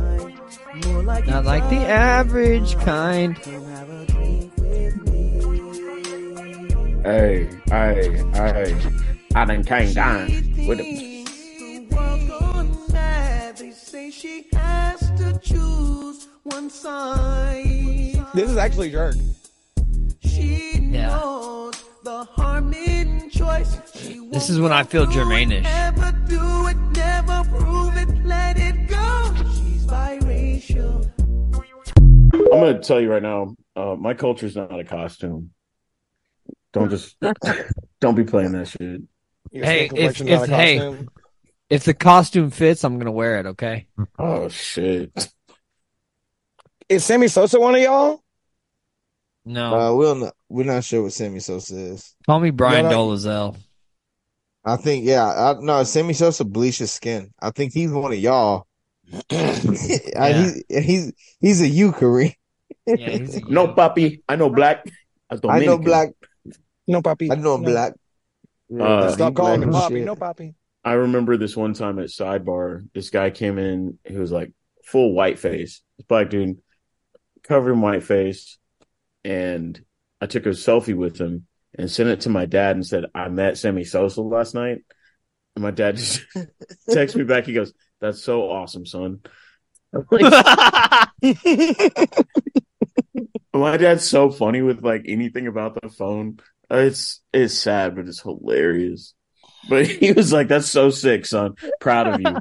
More like
Not like the average kind.
Come have a drink with me.
Hey, hey, hey. I done came down with a
The world's gone mad. They say she has to choose one side.
This is actually jerk.
She
Yeah.
knows the harm in choice. She
This is when I feel Jermaine-ish.
Never do it, never prove it, let it go. She's biracial.
I'm gonna tell you right now, uh, my culture's not a costume. Don't just don't be playing that shit.
Your
Hey,
skin
if-
complexion's not
if-
a
hey.
costume.
If the costume fits, I'm going to wear it, okay?
Oh shit.
Is Sammy Sosa one of y'all?
No.
Uh, we'll not, we're not sure what Sammy Sosa is.
Call me Brian
no.
Dolezal.
I think yeah, I, no, Uh, Sammy Sosa bleached his skin. I think he's one of y'all.
Yeah.
I, he's he's he's a you, Kareem.
Yeah, he's a
No puppy. I know black. I,
I know black.
No, Papi.
I know I'm
No.
black. Yeah,
Uh,
he
Stop calling
black
him
as
Poppy.
shit.
No, Poppy.
I remember this one time at Sidebar, this guy came in who was like full white face, this black dude, covered in white face. And I took a selfie with him and sent it to my dad and said, I met Sammy Sosa last night. And my dad just texts me back. He goes, That's so awesome, son. I'm like, my dad's so funny with like anything about the phone. Uh, It's it's sad, but it's hilarious. But he was like, "That's so sick, son. Proud of you.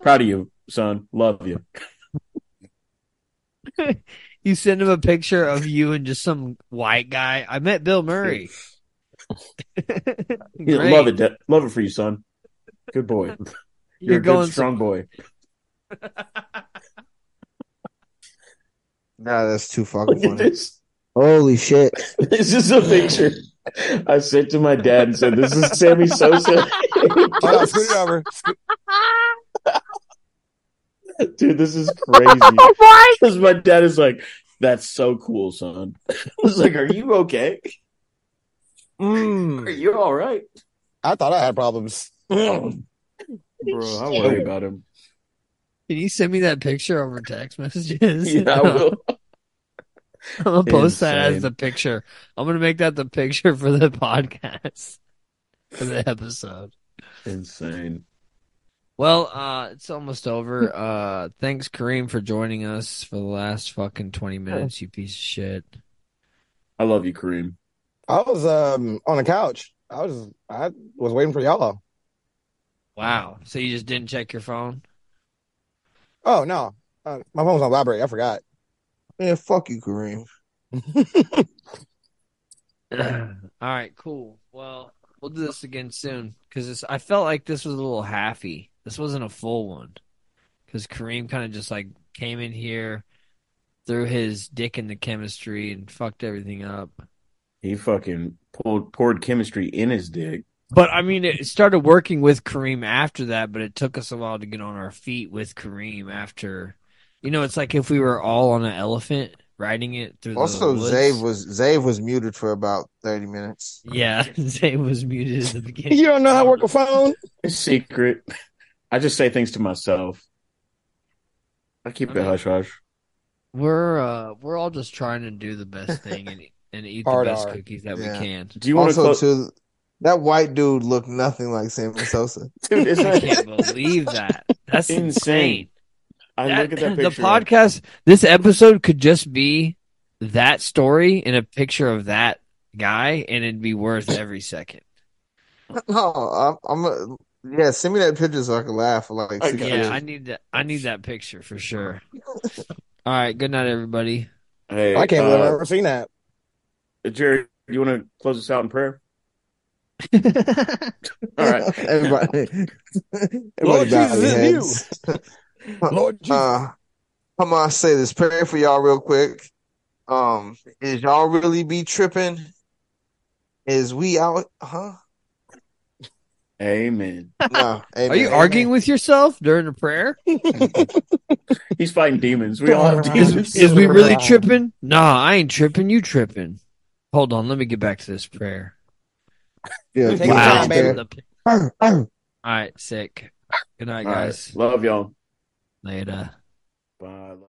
Proud of you, son. Love you."
you send him a picture of you and just some white guy. I met Bill Murray.
Yeah,
Great.
love it, Dad. love it for you, son. Good boy. You're,
You're
a good,
going
strong boy.
Nah, that's too fucking
Look at
funny.
this.
Holy shit!
This is a picture I sent to my dad and said, "This is Sammy Sosa."
Hold on, scoot it over. Scoot-
Dude, this is crazy. Because my dad is like, "That's so cool, son." I was like, "Are you okay? Are you all right,
I thought I had problems.
bro?" I worry about him.
Can you send me that picture over text messages?
Yeah, I will.
I'm gonna post that as
Insane.
the picture. I'm gonna make that the picture for the podcast for the episode.
Insane.
Well, uh, it's almost over. Uh, thanks, Kareem, for joining us for the last fucking 20 minutes, you piece of shit.
I love you, Kareem.
I was um on the couch. I was I was waiting for y'all.
Wow. So you just didn't check your phone?
Oh no, uh, my phone's on vibrate. I forgot.
Man, fuck you, Kareem.
All right, cool. Well, we'll do this again soon because I felt like this was a little halfy. This wasn't a full one because Kareem kind of just like came in here, threw his dick in the chemistry, and fucked everything up.
He fucking pulled poured chemistry in his dick.
But I mean, it started working with Kareem after that, but it took us a while to get on our feet with Kareem after. You know, it's like if we were all on an elephant riding it through
Also,
the woods.
Zave was Zave was muted for about thirty minutes.
Yeah, Zay was muted at the beginning.
You don't know how to work a phone.
It's secret. I just say things to myself. I keep it hush hush.
We're uh we're all just trying to do the best thing and and eat the
Hard
best
R.
cookies that
Yeah.
we can.
also too? That white dude looked nothing like Sammy Sosa.
Dude, it's
I can't believe that. That's insane.
I look at that
the
picture, like-
podcast this episode could just be that story and a picture of that guy and it'd be worth every second.
No, I'm, I'm a, yeah. Send me that picture so I can laugh for like six
yeah,
years.
I need that I need that picture for sure. All right, good night everybody.
Hey,
I can't believe I've
uh,
ever seen that.
Jared, Uh, you want to close us out in prayer? All right.
Everybody,
Lord
everybody bow
Jesus,
your
it's
heads. Lord Jesus. Uh, come on, say this prayer for y'all real quick. Um, is y'all really be tripping? Is we out? Huh?
Amen.
No.
Are you
amen.
arguing with yourself during the prayer?
He's fighting demons. We all have demons.
Is, is we really tripping? Nah, I ain't tripping. You tripping? Hold on, let me get back to this prayer.
Yeah,
Take
wow.
it down, baby.
All
right, sick. Good night,
All right.
guys.
Love y'all.
Later.
Bye.